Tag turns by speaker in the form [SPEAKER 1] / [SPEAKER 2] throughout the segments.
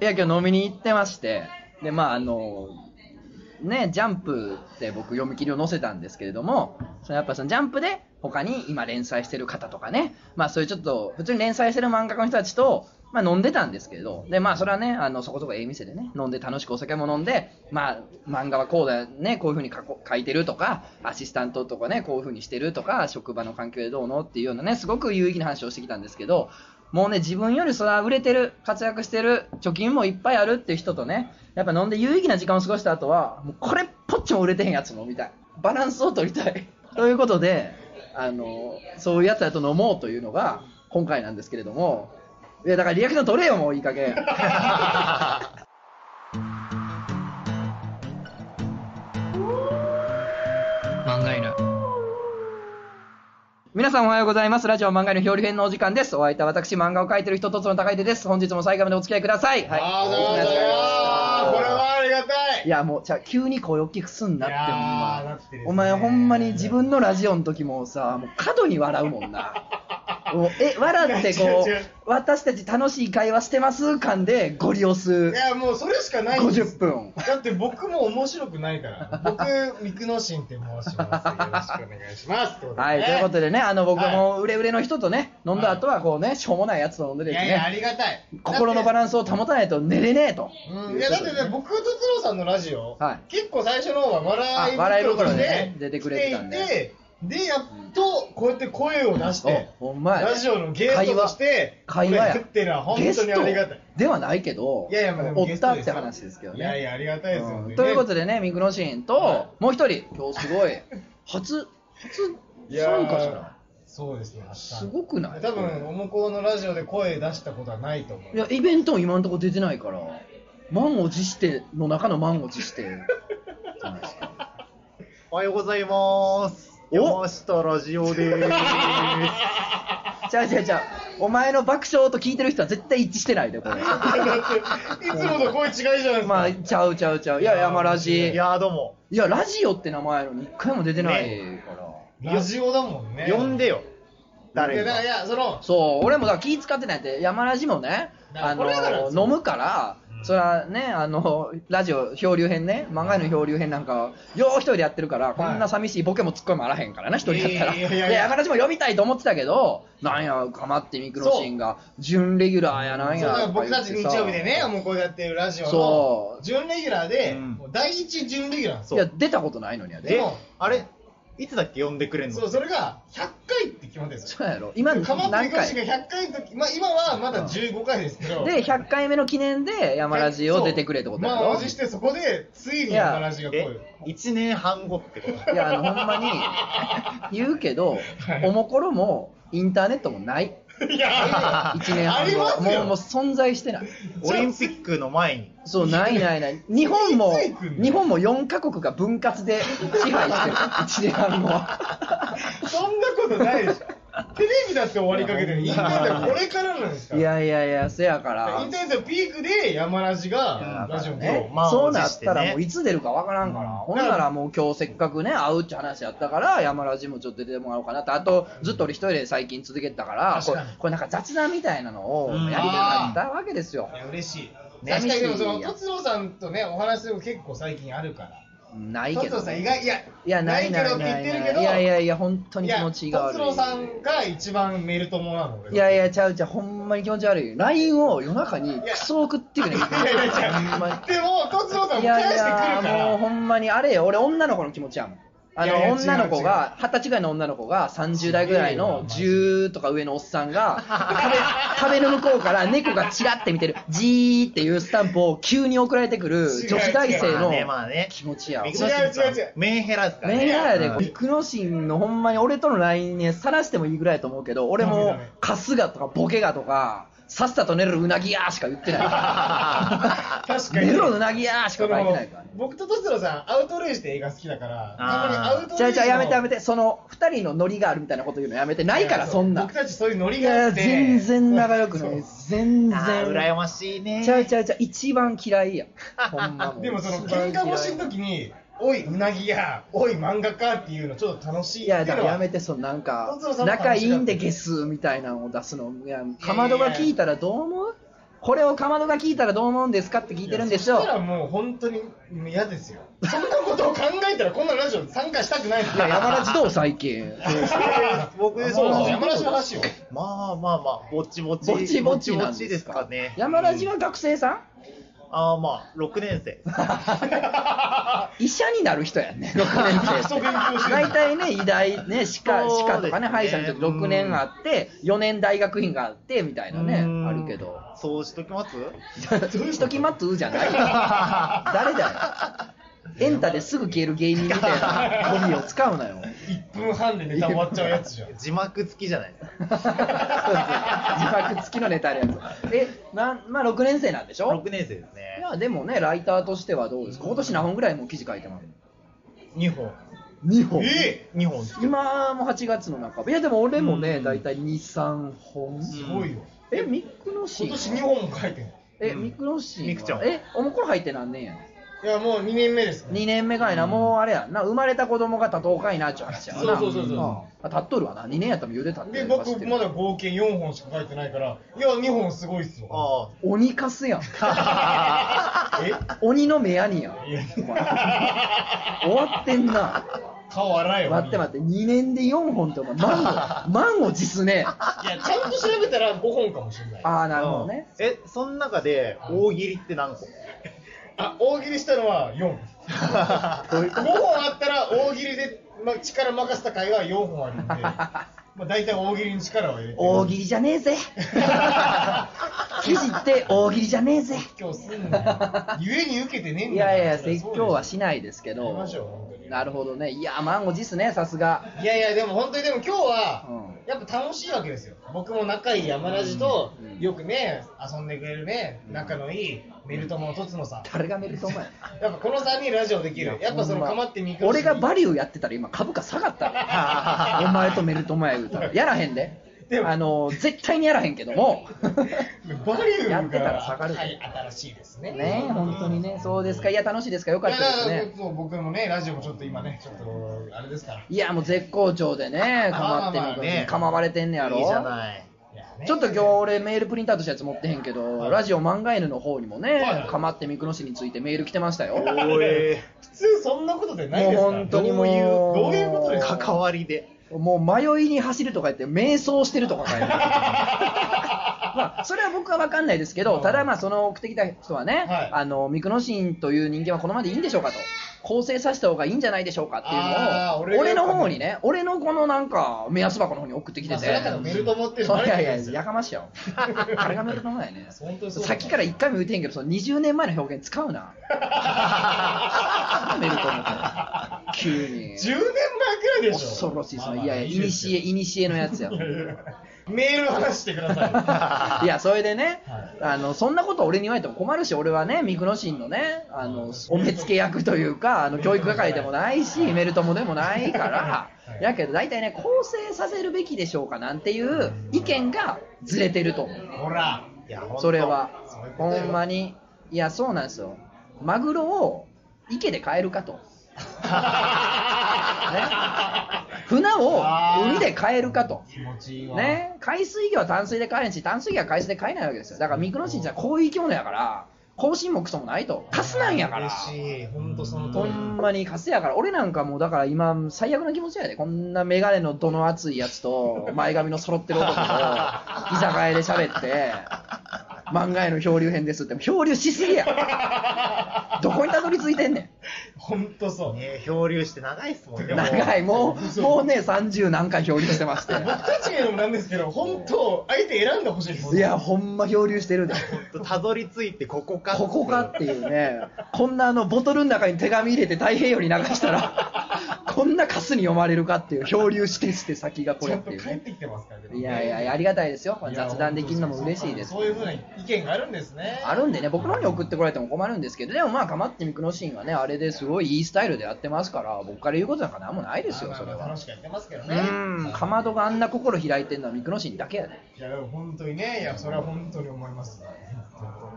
[SPEAKER 1] いや、今日飲みに行ってまして、で、まあ、あの、ね、ジャンプって僕読み切りを載せたんですけれども、そのやっぱそのジャンプで他に今連載してる方とかね、まあそういうちょっと、普通に連載してる漫画家の人たちと、まあ飲んでたんですけれど、で、まあそれはね、あの、そこそこええ店でね、飲んで楽しくお酒も飲んで、まあ漫画はこうだよね、こういうふうに書こ書いてるとか、アシスタントとかね、こういうふうにしてるとか、職場の環境でどうのっていうようなね、すごく有意義な話をしてきたんですけど、もうね、自分よりそれは売れてる、活躍してる、貯金もいっぱいあるっていう人とね、やっぱ飲んで有意義な時間を過ごした後は、もうこれっぽっちも売れてへんやつもみたい。バランスを取りたい。 ということで、あの、そういうやつらと飲もうというのが、今回なんですけれども、いや、だからリアクション取れよ、もういい加減。
[SPEAKER 2] 漫画犬。
[SPEAKER 1] 皆さんおはようございます。ラジオ漫画の表裏編のお時間です。お相手は私、漫画を描いてる人とつの高い手です。本日も最後までお付き合いください。はい。
[SPEAKER 3] あ
[SPEAKER 1] お
[SPEAKER 3] ー
[SPEAKER 1] 疲れ様でした
[SPEAKER 3] あーこれはありがた
[SPEAKER 1] い
[SPEAKER 3] い
[SPEAKER 1] やもうじゃあ急に声大きくすんなって
[SPEAKER 3] い
[SPEAKER 1] ほん
[SPEAKER 3] やー
[SPEAKER 1] ま
[SPEAKER 3] だってですね
[SPEAKER 1] お前ほんまに自分のラジオの時もさもう過度に笑うもん なもうえ笑ってこ
[SPEAKER 3] 違う違う違う
[SPEAKER 1] う私たち楽しい会話してます感でゴリ押す
[SPEAKER 3] いやもうそれしかないんです
[SPEAKER 1] 50分
[SPEAKER 3] だって僕も面白くな いから僕ミクノシンって申しますよろしくお願いしますってことでね
[SPEAKER 1] はい、ということでね、あの僕
[SPEAKER 3] はい
[SPEAKER 1] も売れ売れの人とね、飲んだ後はこうね、しょうもないやつと飲んでで
[SPEAKER 3] い
[SPEAKER 1] す
[SPEAKER 3] やいやあ
[SPEAKER 1] ね、
[SPEAKER 3] りがたい
[SPEAKER 1] 心のバ
[SPEAKER 3] ン
[SPEAKER 1] ランスを保たないと寝れねえと。
[SPEAKER 3] うん、いやだってね、僕とつ郎さんのラジオ、
[SPEAKER 1] はい
[SPEAKER 3] 結構最初の方は笑い
[SPEAKER 1] あ笑い
[SPEAKER 3] 袋
[SPEAKER 1] 袋
[SPEAKER 3] と
[SPEAKER 1] で
[SPEAKER 3] し
[SPEAKER 1] ね
[SPEAKER 3] て
[SPEAKER 1] 出てくれてたんで
[SPEAKER 3] 来ていてで、やっとこうやって声を出して、
[SPEAKER 1] おほんまや
[SPEAKER 3] ラジオのゲートとして、
[SPEAKER 1] 会話や
[SPEAKER 3] これやってるのは本当にありがたい
[SPEAKER 1] ゲ。ストではないけど
[SPEAKER 3] いやいや、まあでも
[SPEAKER 1] お
[SPEAKER 3] ゲ
[SPEAKER 1] っ
[SPEAKER 3] スト
[SPEAKER 1] た
[SPEAKER 3] で
[SPEAKER 1] っ
[SPEAKER 3] す
[SPEAKER 1] て
[SPEAKER 3] から
[SPEAKER 1] 話ですけどね
[SPEAKER 3] いやいや、ありがたいですよ、
[SPEAKER 1] うんということ
[SPEAKER 3] で、
[SPEAKER 1] でね、ミクノシンと、
[SPEAKER 3] は
[SPEAKER 1] もう一人、今日すごい、初、初
[SPEAKER 3] いやー
[SPEAKER 1] 参加じゃな
[SPEAKER 3] そうですね、
[SPEAKER 1] いすごくない
[SPEAKER 3] 多分、お向こうのラジオで声出したことはないと思う。
[SPEAKER 1] いや、イベントも今んとこ出てないから、満を持しての中の満を持 して、じゃないですか。
[SPEAKER 4] おはようございます。
[SPEAKER 1] お
[SPEAKER 4] 山下ラジオでーす。
[SPEAKER 1] じゃあじゃあじゃあ、お前の爆笑と聞いてる人は絶対一致してないで、こ れ。
[SPEAKER 3] だっていつもと声違いじゃないですか。
[SPEAKER 1] まあ、ちゃうちゃうち ゃう。いや、山ラジ。
[SPEAKER 4] い
[SPEAKER 1] いや、
[SPEAKER 4] やーどうも。
[SPEAKER 1] ラジオって名前なのに一回も出てないから。
[SPEAKER 3] ラジオだもんね。
[SPEAKER 4] 呼んでよ。
[SPEAKER 3] い
[SPEAKER 4] 誰
[SPEAKER 3] やだ
[SPEAKER 4] か
[SPEAKER 3] から。いや、その、
[SPEAKER 1] そう、俺もだから気使ってないって、山ラジもね、
[SPEAKER 3] だから
[SPEAKER 1] あ
[SPEAKER 3] これだからです
[SPEAKER 1] の
[SPEAKER 3] よ
[SPEAKER 1] 飲むから、
[SPEAKER 3] うん
[SPEAKER 1] それはね、あのラジオ漂流編ね、漫画の漂流編なんか、よう一人でやってるから、こんな寂しいボケもツッコミもあらへんからな、一人やったら。
[SPEAKER 3] いやいやいやいや
[SPEAKER 1] で山ラジも読みたいと思ってたけど、なんや、かまってミクロシンが、準レギュラーやなん
[SPEAKER 3] そうだから
[SPEAKER 1] や。
[SPEAKER 3] 僕たち日曜日でね、お向こうでやってるラジオ
[SPEAKER 1] そ
[SPEAKER 3] の
[SPEAKER 1] う
[SPEAKER 3] 準レギュラーで、
[SPEAKER 4] うん
[SPEAKER 3] もう第一準レギュラーなんです
[SPEAKER 1] い
[SPEAKER 3] よ。
[SPEAKER 1] や、出たことないのにや
[SPEAKER 3] で
[SPEAKER 1] で。
[SPEAKER 4] え
[SPEAKER 3] も、
[SPEAKER 4] あれいつだっけ呼んでくれんの
[SPEAKER 3] そう、それが100回って決まってるんですよ。
[SPEAKER 1] そうやろ、今
[SPEAKER 3] かまって
[SPEAKER 1] 何
[SPEAKER 3] みこし
[SPEAKER 1] 回
[SPEAKER 3] が100回の時、まあ今はまだ15回ですけど。
[SPEAKER 1] で、100回目の記念で山ラジを出てくれってことや
[SPEAKER 3] ま
[SPEAKER 1] ろ。
[SPEAKER 3] あ、満を持してそこで、ついに山ラジが来
[SPEAKER 4] え
[SPEAKER 3] る。
[SPEAKER 4] 一年半後ってこと
[SPEAKER 1] いや、あの、ほんまに、 言うけど、おもころも、インターネットもない。
[SPEAKER 3] いや、
[SPEAKER 1] 1年
[SPEAKER 3] あ
[SPEAKER 1] 半
[SPEAKER 3] ります
[SPEAKER 1] 後。も
[SPEAKER 3] よ。
[SPEAKER 1] う、もう存在してない。
[SPEAKER 4] オリンピックの前に。
[SPEAKER 1] そう、ないないない。日本も
[SPEAKER 3] いつ行く、の
[SPEAKER 1] 日本も4カ国が分割で支配してる。1年半後 は。
[SPEAKER 3] そんなことないでしょ。テレビだって終わりか けてる。インターネットこれからなんですか
[SPEAKER 1] い
[SPEAKER 3] ら。
[SPEAKER 1] やいやいや、せやか
[SPEAKER 3] イ
[SPEAKER 1] ら
[SPEAKER 3] ンタ。ーネットピークで山ラジがラジオに来
[SPEAKER 1] ね
[SPEAKER 3] る。
[SPEAKER 4] 満
[SPEAKER 1] そう
[SPEAKER 4] を
[SPEAKER 1] な
[SPEAKER 4] 持
[SPEAKER 1] っ
[SPEAKER 4] してね
[SPEAKER 1] たらもういつ出るかわからんから、ほんならもう今日せっかくね会うって話やったから山ラジもちょっと出てもらおうかなってあとずっと俺一人で最近続けてたからこ
[SPEAKER 3] 確
[SPEAKER 1] れ
[SPEAKER 3] かに
[SPEAKER 1] これなんか雑談みたいなのをやりたかったわけですよ
[SPEAKER 3] い、や嬉しい。
[SPEAKER 1] ね
[SPEAKER 3] 確かにでもその
[SPEAKER 1] 嬉しいや
[SPEAKER 3] とつろうさんとねお話するの結構最近あるから。
[SPEAKER 1] ない
[SPEAKER 3] と
[SPEAKER 1] け
[SPEAKER 3] つろ
[SPEAKER 1] ど
[SPEAKER 3] うさん
[SPEAKER 1] ね、
[SPEAKER 3] 意外いや
[SPEAKER 1] いやない
[SPEAKER 3] け
[SPEAKER 1] な
[SPEAKER 3] どっ
[SPEAKER 1] い
[SPEAKER 3] て
[SPEAKER 1] ないない
[SPEAKER 3] 言ってるけど。
[SPEAKER 1] いやいやいや本当に気持ちが悪い
[SPEAKER 3] とつろうさんが一番メル友なの俺。
[SPEAKER 1] いやいやちゃうちゃうほんまに気持ち悪い LINE を夜中にクソ送ってくれん
[SPEAKER 3] いやいや違う
[SPEAKER 1] ほんまに
[SPEAKER 3] でもとつろうさんも
[SPEAKER 1] いや
[SPEAKER 3] 返
[SPEAKER 1] い
[SPEAKER 3] してくるか
[SPEAKER 1] やもう
[SPEAKER 3] ら。
[SPEAKER 1] ほんまにあれよ俺女の子の気持ちやもんあの
[SPEAKER 3] いやいや
[SPEAKER 1] 女の子が二十歳ぐらいの女の子が30代ぐらいの10とか上のおっさんが壁壁の向こうから猫がチラって見てるジーっていうスタンプを急に送られてくる女子大生
[SPEAKER 4] まあ
[SPEAKER 1] の
[SPEAKER 4] ね、まあね。
[SPEAKER 1] 気持ちや
[SPEAKER 4] ミ
[SPEAKER 3] 違
[SPEAKER 4] ク
[SPEAKER 3] う
[SPEAKER 4] ロシンさん
[SPEAKER 3] 違う違う
[SPEAKER 4] メンヘラですからね。
[SPEAKER 1] メンヘラやで、
[SPEAKER 4] うん
[SPEAKER 1] これ、クノシンのほんまに俺との LINE ね、さらしてもいいぐらいやと思うけど、俺も
[SPEAKER 3] ダメダメ、
[SPEAKER 1] 春日とかボケがとか、さっさと寝るうなぎやーしか言ってない。
[SPEAKER 3] 確か に
[SPEAKER 1] 寝ろうなぎやーし
[SPEAKER 3] そ
[SPEAKER 1] か書
[SPEAKER 3] の
[SPEAKER 1] いてないからね。
[SPEAKER 3] 僕ととつろうさんアウトレイジって映画好きだから。
[SPEAKER 4] あ
[SPEAKER 3] たま
[SPEAKER 4] ー
[SPEAKER 3] にアウト
[SPEAKER 1] じゃ
[SPEAKER 3] レ
[SPEAKER 1] あ
[SPEAKER 3] イジ
[SPEAKER 1] じゃ
[SPEAKER 3] の。
[SPEAKER 1] あやめてやめて、その2人のノリがあるみたいなこと言うのやめて、ないからそんな
[SPEAKER 3] 僕。たちそういうノ
[SPEAKER 1] い
[SPEAKER 3] リがあ
[SPEAKER 1] や、
[SPEAKER 3] って。
[SPEAKER 1] 全然仲良くな
[SPEAKER 3] そ。
[SPEAKER 1] いう全然。
[SPEAKER 4] あー羨ましいね。
[SPEAKER 1] ちゃうちゃうちゃう、一番嫌いや。ほんまもう。
[SPEAKER 3] でもその喧嘩腰の時に、おいうなぎや、おい漫画かっていうのちょっと楽しい。
[SPEAKER 1] いやだからやめ
[SPEAKER 3] て。
[SPEAKER 1] てそのなんか
[SPEAKER 3] 本当のさんも
[SPEAKER 1] 仲いいんでゲスみたいなのを出すのいやかまどが聞いたらどう思うこれをかまどが聞いたらどう思うんですかって聞いてるんでしょ
[SPEAKER 3] そしたらもう本当に嫌ですよ。そんなことを考えたらこんなラジオに参加したくないです
[SPEAKER 1] いや山田児童最 近。
[SPEAKER 4] 僕
[SPEAKER 3] そう
[SPEAKER 4] そう
[SPEAKER 3] 山梨の話を。
[SPEAKER 4] まあまあまあ、ぼちぼち。
[SPEAKER 1] ぼちぼちなん
[SPEAKER 4] ぼちぼち
[SPEAKER 1] で
[SPEAKER 4] ですす
[SPEAKER 1] か
[SPEAKER 4] かね。
[SPEAKER 1] 山田児
[SPEAKER 4] は
[SPEAKER 1] は学生さん
[SPEAKER 4] ああまあ、6年生。
[SPEAKER 1] 医者になる人や んね、6年生
[SPEAKER 3] そう勉強
[SPEAKER 1] って。
[SPEAKER 3] してる
[SPEAKER 1] 大体ね、医大、ね、歯科、
[SPEAKER 4] そうですね
[SPEAKER 1] 歯科とかね、歯医者の時6年あって、4年大学院があって、みたいなね
[SPEAKER 4] う、ん
[SPEAKER 1] あるけど。
[SPEAKER 4] そうしときます
[SPEAKER 1] しときまつじ ゃないよ。誰だよ。エンタですぐ消える芸人みたいな語尾を使うなよ。
[SPEAKER 3] 1分半でネタ終わっちゃうやつじゃん。
[SPEAKER 4] 字幕付きじゃないですか。
[SPEAKER 1] そうですね自爆付きのネタあるやつ。え、なんまあ6年生なんでしょ
[SPEAKER 4] 6年生で
[SPEAKER 1] い
[SPEAKER 4] すね。
[SPEAKER 1] や、でもね、ライターとしてはどうですか今年何本ぐらいもう記事書いてます
[SPEAKER 4] 2本。
[SPEAKER 1] ?2 本
[SPEAKER 3] え
[SPEAKER 4] 2本ですけど
[SPEAKER 1] 今も8月の中。いや、でも俺もね、
[SPEAKER 4] うん
[SPEAKER 1] だいたい2、3本。
[SPEAKER 3] すごいよ。
[SPEAKER 1] え、ミックのシー
[SPEAKER 3] 今
[SPEAKER 1] ン
[SPEAKER 3] 年2本も書いてる。
[SPEAKER 1] え、ミックのシーンは
[SPEAKER 4] ミクちゃんは
[SPEAKER 1] え、おもころ入ってなんねんやん。
[SPEAKER 3] いや、もう2年目ですね。
[SPEAKER 1] 2年目かいな、もうあれやんな、生まれた子供が立とうかいなっちゅう話やわな。
[SPEAKER 3] そうそうそうそうん
[SPEAKER 1] あ立っとるわな、2年やったら言うて立って
[SPEAKER 3] で、
[SPEAKER 1] る
[SPEAKER 3] 僕、まだ合計4本しか書いてないから、いや、2本すごいっすよ。
[SPEAKER 4] あ
[SPEAKER 1] 鬼かす やん。
[SPEAKER 3] え
[SPEAKER 1] 鬼の目やにやん。
[SPEAKER 3] いや
[SPEAKER 1] お前終わってん な。
[SPEAKER 3] 顔洗えよ。
[SPEAKER 1] 待って待っ
[SPEAKER 3] っ
[SPEAKER 1] て、2年で4本ってお前、満を、満を持すね。あ
[SPEAKER 3] て。いや、ちゃんと調べたら5本かもしれない。
[SPEAKER 1] あ、
[SPEAKER 4] あ。
[SPEAKER 1] なるほどね。
[SPEAKER 4] うん。え、その中で大喜利って何個
[SPEAKER 3] あ、大喜利したのは 4。
[SPEAKER 1] どういう
[SPEAKER 3] 5
[SPEAKER 1] こ
[SPEAKER 3] 本あったら大喜利で、ま、力任せた回は4本あ るんで、まあ、大体大喜利に力を入れて
[SPEAKER 1] と大喜利じゃねえ ぜ。記事って大喜利じゃねえぜ。
[SPEAKER 3] 説教すんなよゆえに受けてねえん
[SPEAKER 1] い
[SPEAKER 3] だから
[SPEAKER 1] やいや、説教はしないですけ
[SPEAKER 3] やり
[SPEAKER 1] ど
[SPEAKER 3] ま。しょう本当に
[SPEAKER 1] なるほどね。いや、満を持すね、さすが。
[SPEAKER 3] いやいやでも本当にでも今日は
[SPEAKER 1] う
[SPEAKER 3] やっぱ楽しいわけですよ僕も仲いい山田氏と
[SPEAKER 1] うん
[SPEAKER 3] よくね遊んでくれるね仲のいいメルトモのとつのさん
[SPEAKER 1] 誰が見ると思うや
[SPEAKER 3] やっぱこの3人ラジオできるやっぱそ
[SPEAKER 1] ほ
[SPEAKER 3] の
[SPEAKER 1] んま
[SPEAKER 3] かまってみく
[SPEAKER 1] 俺がバリューやってたら今株価下が ったお前とメルトモや言うたらやらへんで
[SPEAKER 3] でも
[SPEAKER 1] あの絶対にやらへんけども
[SPEAKER 3] バリュ
[SPEAKER 1] やっ
[SPEAKER 3] ー
[SPEAKER 1] てた
[SPEAKER 3] が
[SPEAKER 1] ら下がる
[SPEAKER 3] はい新しいですね
[SPEAKER 1] ね本当にねそうですかいや楽しいですかよかっ
[SPEAKER 3] いや
[SPEAKER 1] た
[SPEAKER 3] だ
[SPEAKER 1] です
[SPEAKER 3] から
[SPEAKER 1] ね
[SPEAKER 3] そう僕もねラジオもちょっと今ねちょっとあれですから
[SPEAKER 1] いやもう絶好調でねかまってみ
[SPEAKER 3] まあまあまあ
[SPEAKER 1] る
[SPEAKER 4] ね
[SPEAKER 1] かまわれてんねやろ
[SPEAKER 4] いいじゃない。
[SPEAKER 3] いやね
[SPEAKER 1] ちょっと今日俺メールプリントアウトしたやつ持ってへんけど、
[SPEAKER 3] はい
[SPEAKER 1] ラジオ漫画犬の方にも
[SPEAKER 3] はい
[SPEAKER 1] ね、かまってみくのしについてメール来てましたよ。
[SPEAKER 4] おえ
[SPEAKER 3] 普通そんなことでないですから
[SPEAKER 1] もう本当にもう
[SPEAKER 3] どういうどういうことですか
[SPEAKER 4] 関わりで。
[SPEAKER 1] もう迷いに走るとか言って、迷走してるとか書いて あるまあ、それは僕は分かんないですけど、ただまあ、その送ってきた人はね、
[SPEAKER 3] はい
[SPEAKER 1] あの、ミクノシンという人間はこのままでいいんでしょうかと、構成させた方がいいんじゃないでしょうかって
[SPEAKER 3] あー
[SPEAKER 1] いう
[SPEAKER 3] 俺
[SPEAKER 1] のを、
[SPEAKER 3] が
[SPEAKER 1] 俺の方にね、俺のこのなんか、目安箱の方に送ってき
[SPEAKER 3] ま
[SPEAKER 1] てて、
[SPEAKER 3] あそれだからメルト持ってる
[SPEAKER 1] そういやいや、
[SPEAKER 3] バレてるんですよ
[SPEAKER 1] やかましいよ。あれがメルトもないね。
[SPEAKER 3] 本当にそう
[SPEAKER 1] さっきから1回も言うてんけど、その20年前の表現使う な。 メルトモって急に。
[SPEAKER 3] 10年前くらいでしょ
[SPEAKER 1] 恐ろしいですね。
[SPEAKER 3] まあ
[SPEAKER 1] い
[SPEAKER 3] まあ
[SPEAKER 1] やいや、いにしえ、いにしえのやつや。
[SPEAKER 3] いやいや メール話してくださ
[SPEAKER 1] いや、それでね、
[SPEAKER 3] はい
[SPEAKER 1] あの、そんなこと俺に言われても困るし、俺はね、ミクノシンのね、あの、お目付け役というか、あの、教育係でもないし、メルトモでもないから
[SPEAKER 3] は、い
[SPEAKER 1] やけど大体ね、構成させるべきでしょうかなんていう意見がずれてると思 う。
[SPEAKER 3] いほら
[SPEAKER 4] いや、ほんと
[SPEAKER 1] それ は
[SPEAKER 3] そういう、こと
[SPEAKER 1] ほ
[SPEAKER 3] よ
[SPEAKER 1] んまに。いや、そうなんですよ。マグロを池で買えるかと。ね、船を海で買えるかと。
[SPEAKER 3] 気持ちいいわ
[SPEAKER 1] ね、海水魚は淡水で買えんし、淡水魚は海水で買えないわけですよ。だから、ミクロシンじゃ広域魚やから、更新もクソもないと。カスなんやから。
[SPEAKER 3] 嬉しい本当その
[SPEAKER 1] ほ
[SPEAKER 3] 通り
[SPEAKER 1] んまにカスやから。俺なんかもう、だから今、最悪な気持ちやで。こんなメガネのどの厚いやつと、前髪の揃ってる男 と、居酒屋で喋って、漫画への漂流編ですって、漂流しすぎや。どこにたどり着いてんねん。
[SPEAKER 3] 本当そう
[SPEAKER 4] ね漂流して長いっすもんね。もう
[SPEAKER 1] 長い、もう、もうね、30何回漂流して まして。
[SPEAKER 3] 僕たちが言うのもなんですけど本当相手選んでほしいです
[SPEAKER 1] いや、ほんま漂流してるで。
[SPEAKER 4] ほんとたどり着いてここか。
[SPEAKER 1] ここかっていうね、 こんなあのボトルの中に手紙入れて太平洋に流したら、 こんなカスに読まれるかっていう、漂流してして先がこ
[SPEAKER 3] ち
[SPEAKER 1] れ
[SPEAKER 3] ゃ
[SPEAKER 1] っ
[SPEAKER 3] んと
[SPEAKER 1] ていう
[SPEAKER 3] 帰っ
[SPEAKER 1] ね。
[SPEAKER 3] てきてますからね
[SPEAKER 1] いやいやいや、ありがたいですよ。雑談できるのも嬉しいです
[SPEAKER 3] そ。ういうふうな意見があるんですね
[SPEAKER 1] あるんでね、僕の方に送ってこられても困るんですけど、でもまあ、かまってみくのシーンはね、あれですごいいいスタイルでやってますから、僕から言うことなんかなんもないですよ、
[SPEAKER 3] まあ
[SPEAKER 1] それ
[SPEAKER 3] まあまあ
[SPEAKER 1] は
[SPEAKER 3] 楽。しくやってますけど
[SPEAKER 1] う
[SPEAKER 3] ね
[SPEAKER 1] ん、かまどがあんな心開いてるのはミクノシンだけやで。
[SPEAKER 3] いやでも本当にねいやそれは本当に思います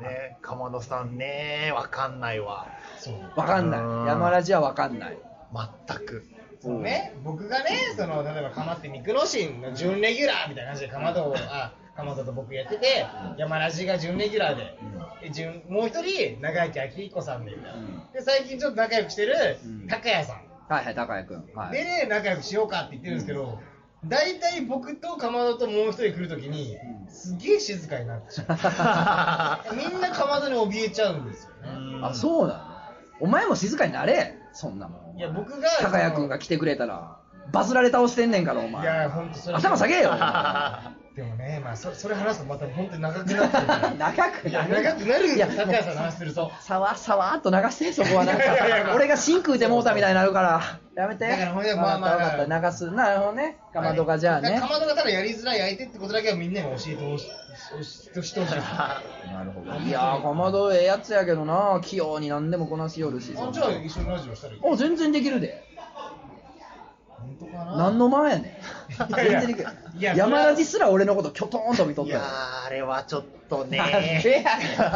[SPEAKER 4] ね、鎌野さんね、わかんないわ。
[SPEAKER 3] そう
[SPEAKER 1] わかんな
[SPEAKER 4] う
[SPEAKER 1] い。
[SPEAKER 4] ん
[SPEAKER 1] 山ラジはわかんない。
[SPEAKER 4] 全く。
[SPEAKER 3] そうね、僕がね、その例えばかまってミクロシンの準レギュラーみたいな感じでかまどを、あ鎌田と僕やってて、山梨が準レギュラーで、で準もう一人、長生き明彦さんで、
[SPEAKER 1] ん
[SPEAKER 3] で最近ちょっと仲良くしてる
[SPEAKER 1] うん、
[SPEAKER 3] 高谷さん。
[SPEAKER 1] はいはい、高谷くん。は
[SPEAKER 3] で
[SPEAKER 1] い。
[SPEAKER 3] ね、仲良くしようかって言ってるんですけど、大体僕とかまどともう一人来るときに
[SPEAKER 1] う、ん
[SPEAKER 3] すげえ静かになってしまう。みんなかまどに怯えちゃうんですよね。
[SPEAKER 1] あ、そうなのお前も静かになれ、そんなもん。
[SPEAKER 3] いや、僕が、
[SPEAKER 1] 高谷くんが来てくれたら、バズられ倒してんねんから、お
[SPEAKER 3] いや、
[SPEAKER 1] 前。
[SPEAKER 3] ほんとそれ。
[SPEAKER 1] 頭下げよ。
[SPEAKER 3] でもね、まあ、そそれ話すとまた本当に長くなってく る。
[SPEAKER 1] 長く
[SPEAKER 3] いや、
[SPEAKER 1] な
[SPEAKER 3] 長くなるん
[SPEAKER 1] い
[SPEAKER 3] ですよ、高
[SPEAKER 1] や
[SPEAKER 3] 谷さんの話すると。
[SPEAKER 1] さわさわーっと流してそこはなんか
[SPEAKER 3] いやいやいや
[SPEAKER 1] 俺が真空でもうたみたいになるからやめて
[SPEAKER 3] だからほんで
[SPEAKER 1] わかった
[SPEAKER 3] まあまあ
[SPEAKER 1] わかった流すなるほどねかまどがじゃあ
[SPEAKER 3] だ
[SPEAKER 1] ね
[SPEAKER 3] からかまどがただやりづらい相手ってことだけはみんなに教えてほしい。教えてほしい。あ、
[SPEAKER 1] なるほどいやーかまどええやつやけどな器用に何でもこなしよるし
[SPEAKER 3] じゃあ一緒にラジオしたらいい。
[SPEAKER 1] お全然できるで
[SPEAKER 3] 本当かな
[SPEAKER 1] 何の前やねん
[SPEAKER 3] いやいや
[SPEAKER 1] 全然できる
[SPEAKER 3] いや
[SPEAKER 1] 山ラジすら俺のこときょとんと見とっ
[SPEAKER 4] い
[SPEAKER 1] たよ
[SPEAKER 4] やーあれはちょっとね
[SPEAKER 1] なんでやねん
[SPEAKER 3] だ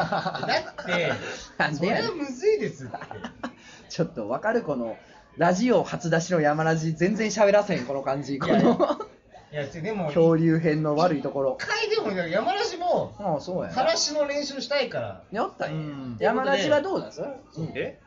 [SPEAKER 3] って、
[SPEAKER 1] なん
[SPEAKER 3] そ
[SPEAKER 1] で
[SPEAKER 3] れ
[SPEAKER 1] やね
[SPEAKER 3] は
[SPEAKER 1] ん
[SPEAKER 3] むずいですって。
[SPEAKER 1] ちょっとわかるこのラジオ初出しの山ラジ全然喋らせんこの感じこの
[SPEAKER 3] いや、でも、
[SPEAKER 1] 恐竜編の悪いところ
[SPEAKER 3] 一回でも山梨も、
[SPEAKER 1] ああそうや
[SPEAKER 3] からしの練習したいから。
[SPEAKER 1] やったんや
[SPEAKER 4] うん
[SPEAKER 1] 山梨はどうなんです
[SPEAKER 4] え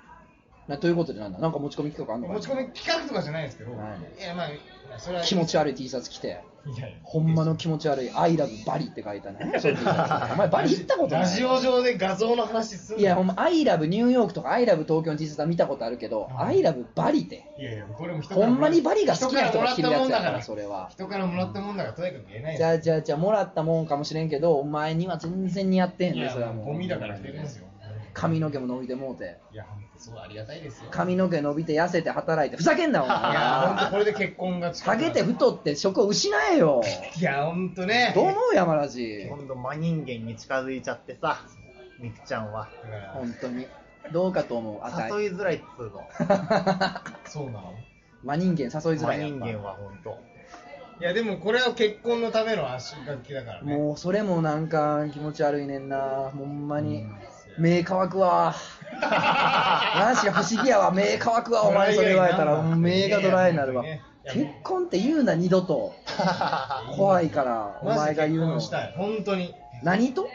[SPEAKER 1] なということでなんだなんか持ち込み企画あんのかな
[SPEAKER 3] 持ち込み企画とかじゃないですけど、
[SPEAKER 1] はい
[SPEAKER 3] いや、まあ、それは。
[SPEAKER 1] 気持ち悪い T シャツ着て
[SPEAKER 3] いやいや
[SPEAKER 1] ほんまの気持ち悪い「I love バリ」って書いたね その T シャツお前バリ行ったことない
[SPEAKER 3] ラジオ上で画像の話すん
[SPEAKER 1] いやほんま「I love ニューヨーク」とか「I love 東京」の T シャツは見たことあるけど「I love バリ」って
[SPEAKER 3] いやいや、これも人か
[SPEAKER 1] ほ
[SPEAKER 3] ら
[SPEAKER 1] んまにバリが好きな人が着るやつや
[SPEAKER 3] 人
[SPEAKER 1] か
[SPEAKER 3] からら
[SPEAKER 1] それは
[SPEAKER 3] もらったもんだから、とにかく言えない
[SPEAKER 1] じゃあじゃあじゃあもらったもんかもしれんけどお前には全然似合ってへん
[SPEAKER 3] い
[SPEAKER 1] で
[SPEAKER 3] や
[SPEAKER 1] それはもう
[SPEAKER 3] ゴミだから着てるんですよ。
[SPEAKER 1] 髪の毛も伸びてもうて
[SPEAKER 3] いや、ほんとそうありがたいですよ。
[SPEAKER 1] 髪の毛伸びて痩せて働いてふざけんなお
[SPEAKER 3] いや、ほんと
[SPEAKER 1] 前
[SPEAKER 3] これで結婚が近
[SPEAKER 1] 下
[SPEAKER 3] く
[SPEAKER 1] げて太って職を失えよ
[SPEAKER 3] いや、ほんとね。
[SPEAKER 1] どう思う山ラジ
[SPEAKER 4] 今度真人間に近づいちゃってさみくちゃんは
[SPEAKER 3] だから
[SPEAKER 1] 本当にどうかと思うあたい
[SPEAKER 4] 誘いづらいっつうの
[SPEAKER 3] そうなの
[SPEAKER 1] 真人間誘いづらい
[SPEAKER 4] 真
[SPEAKER 1] やっ
[SPEAKER 4] 人
[SPEAKER 1] ぱ
[SPEAKER 4] 間は本当
[SPEAKER 3] いやでもこれは結婚のための足楽器だからね。
[SPEAKER 1] もうそれもなんか気持ち悪いねんなほんまに目乾くわなんし不思議やわ目乾くわお前それ言われたらもう目がドライになるわ
[SPEAKER 3] いやいやいや
[SPEAKER 1] 結婚って言うな二度と怖いからお前が言う
[SPEAKER 3] マ
[SPEAKER 1] の
[SPEAKER 3] ジで結婚したい。本当に。
[SPEAKER 1] 何と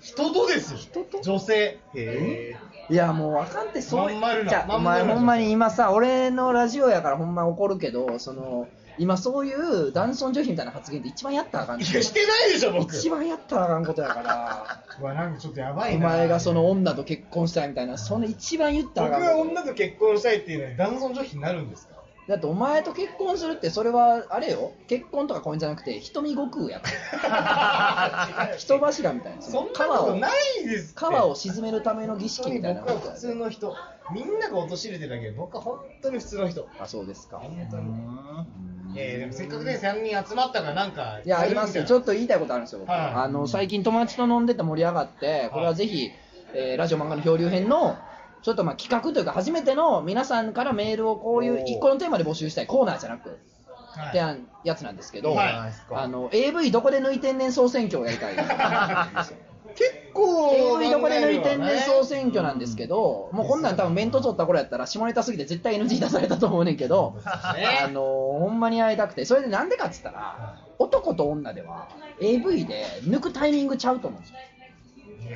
[SPEAKER 3] 人とですよ。人
[SPEAKER 1] と
[SPEAKER 3] 女性。
[SPEAKER 4] へえ
[SPEAKER 1] いやもうあかんってそう
[SPEAKER 3] まん丸な
[SPEAKER 1] じゃあ
[SPEAKER 3] ま
[SPEAKER 1] お
[SPEAKER 3] ん丸
[SPEAKER 1] 前
[SPEAKER 3] な
[SPEAKER 1] ほんまに今さ俺のラジオやからほんま怒るけどその今そういう男尊女卑みたいな発言って一番やったらあかん
[SPEAKER 3] いや、してないでしょ、僕。
[SPEAKER 1] 一番やったらあかんことやから
[SPEAKER 3] うわ、なんかちょっとやばい
[SPEAKER 1] お
[SPEAKER 3] な。
[SPEAKER 1] 前がその女と結婚したいみたいなその一番言った
[SPEAKER 3] 僕
[SPEAKER 1] らあ
[SPEAKER 3] が
[SPEAKER 1] かんこと
[SPEAKER 3] 女と結婚したいっていうのに男尊女卑になるんで すか
[SPEAKER 1] だってお前と結婚するってそれはあれよ結婚とか婚姻じゃなくて瞳悟空やから 人柱みたいな
[SPEAKER 3] そんな
[SPEAKER 1] 川
[SPEAKER 3] こと
[SPEAKER 1] を
[SPEAKER 3] ないですって。
[SPEAKER 1] 川を沈めるための儀
[SPEAKER 3] 本
[SPEAKER 1] 式
[SPEAKER 3] 当に
[SPEAKER 1] みたいな
[SPEAKER 3] 僕は
[SPEAKER 1] こと
[SPEAKER 3] 普
[SPEAKER 1] や
[SPEAKER 3] 通
[SPEAKER 1] で
[SPEAKER 3] の人。みんなが陥れてるだけで、僕は本当に普通の人。
[SPEAKER 1] あそうですか
[SPEAKER 3] 本当に。いやいやでもせっかくね、3人集まったから、なんか。
[SPEAKER 1] いや、ありますよ。ちょっと言いたいことあるんですよ。僕
[SPEAKER 3] はい
[SPEAKER 1] あの、最近友達と飲んでて盛り上がって、これはぜひ、えーラジオ漫画の漂流編の、ちょっとまあ企画というか、初めての皆さんからメールをこういう
[SPEAKER 4] おー
[SPEAKER 1] 一個のテーマで募集したいコーナーじゃなく、
[SPEAKER 3] はい
[SPEAKER 1] ってやつなんですけど、
[SPEAKER 4] はい
[SPEAKER 1] あの、AV どこで抜いてんねん総選挙をやり たいんですよ。
[SPEAKER 3] 結構
[SPEAKER 1] AV どこで抜いてんねん総
[SPEAKER 3] う
[SPEAKER 1] 選挙なんですけど、もうこんなん多分面倒取った頃やったら下ネタすぎて絶対 NG 出されたと思うねんけど、あのほんまに会いたくてそれでなんでかっつったら男と女では AV で抜くタイミングちゃうと思うんですよ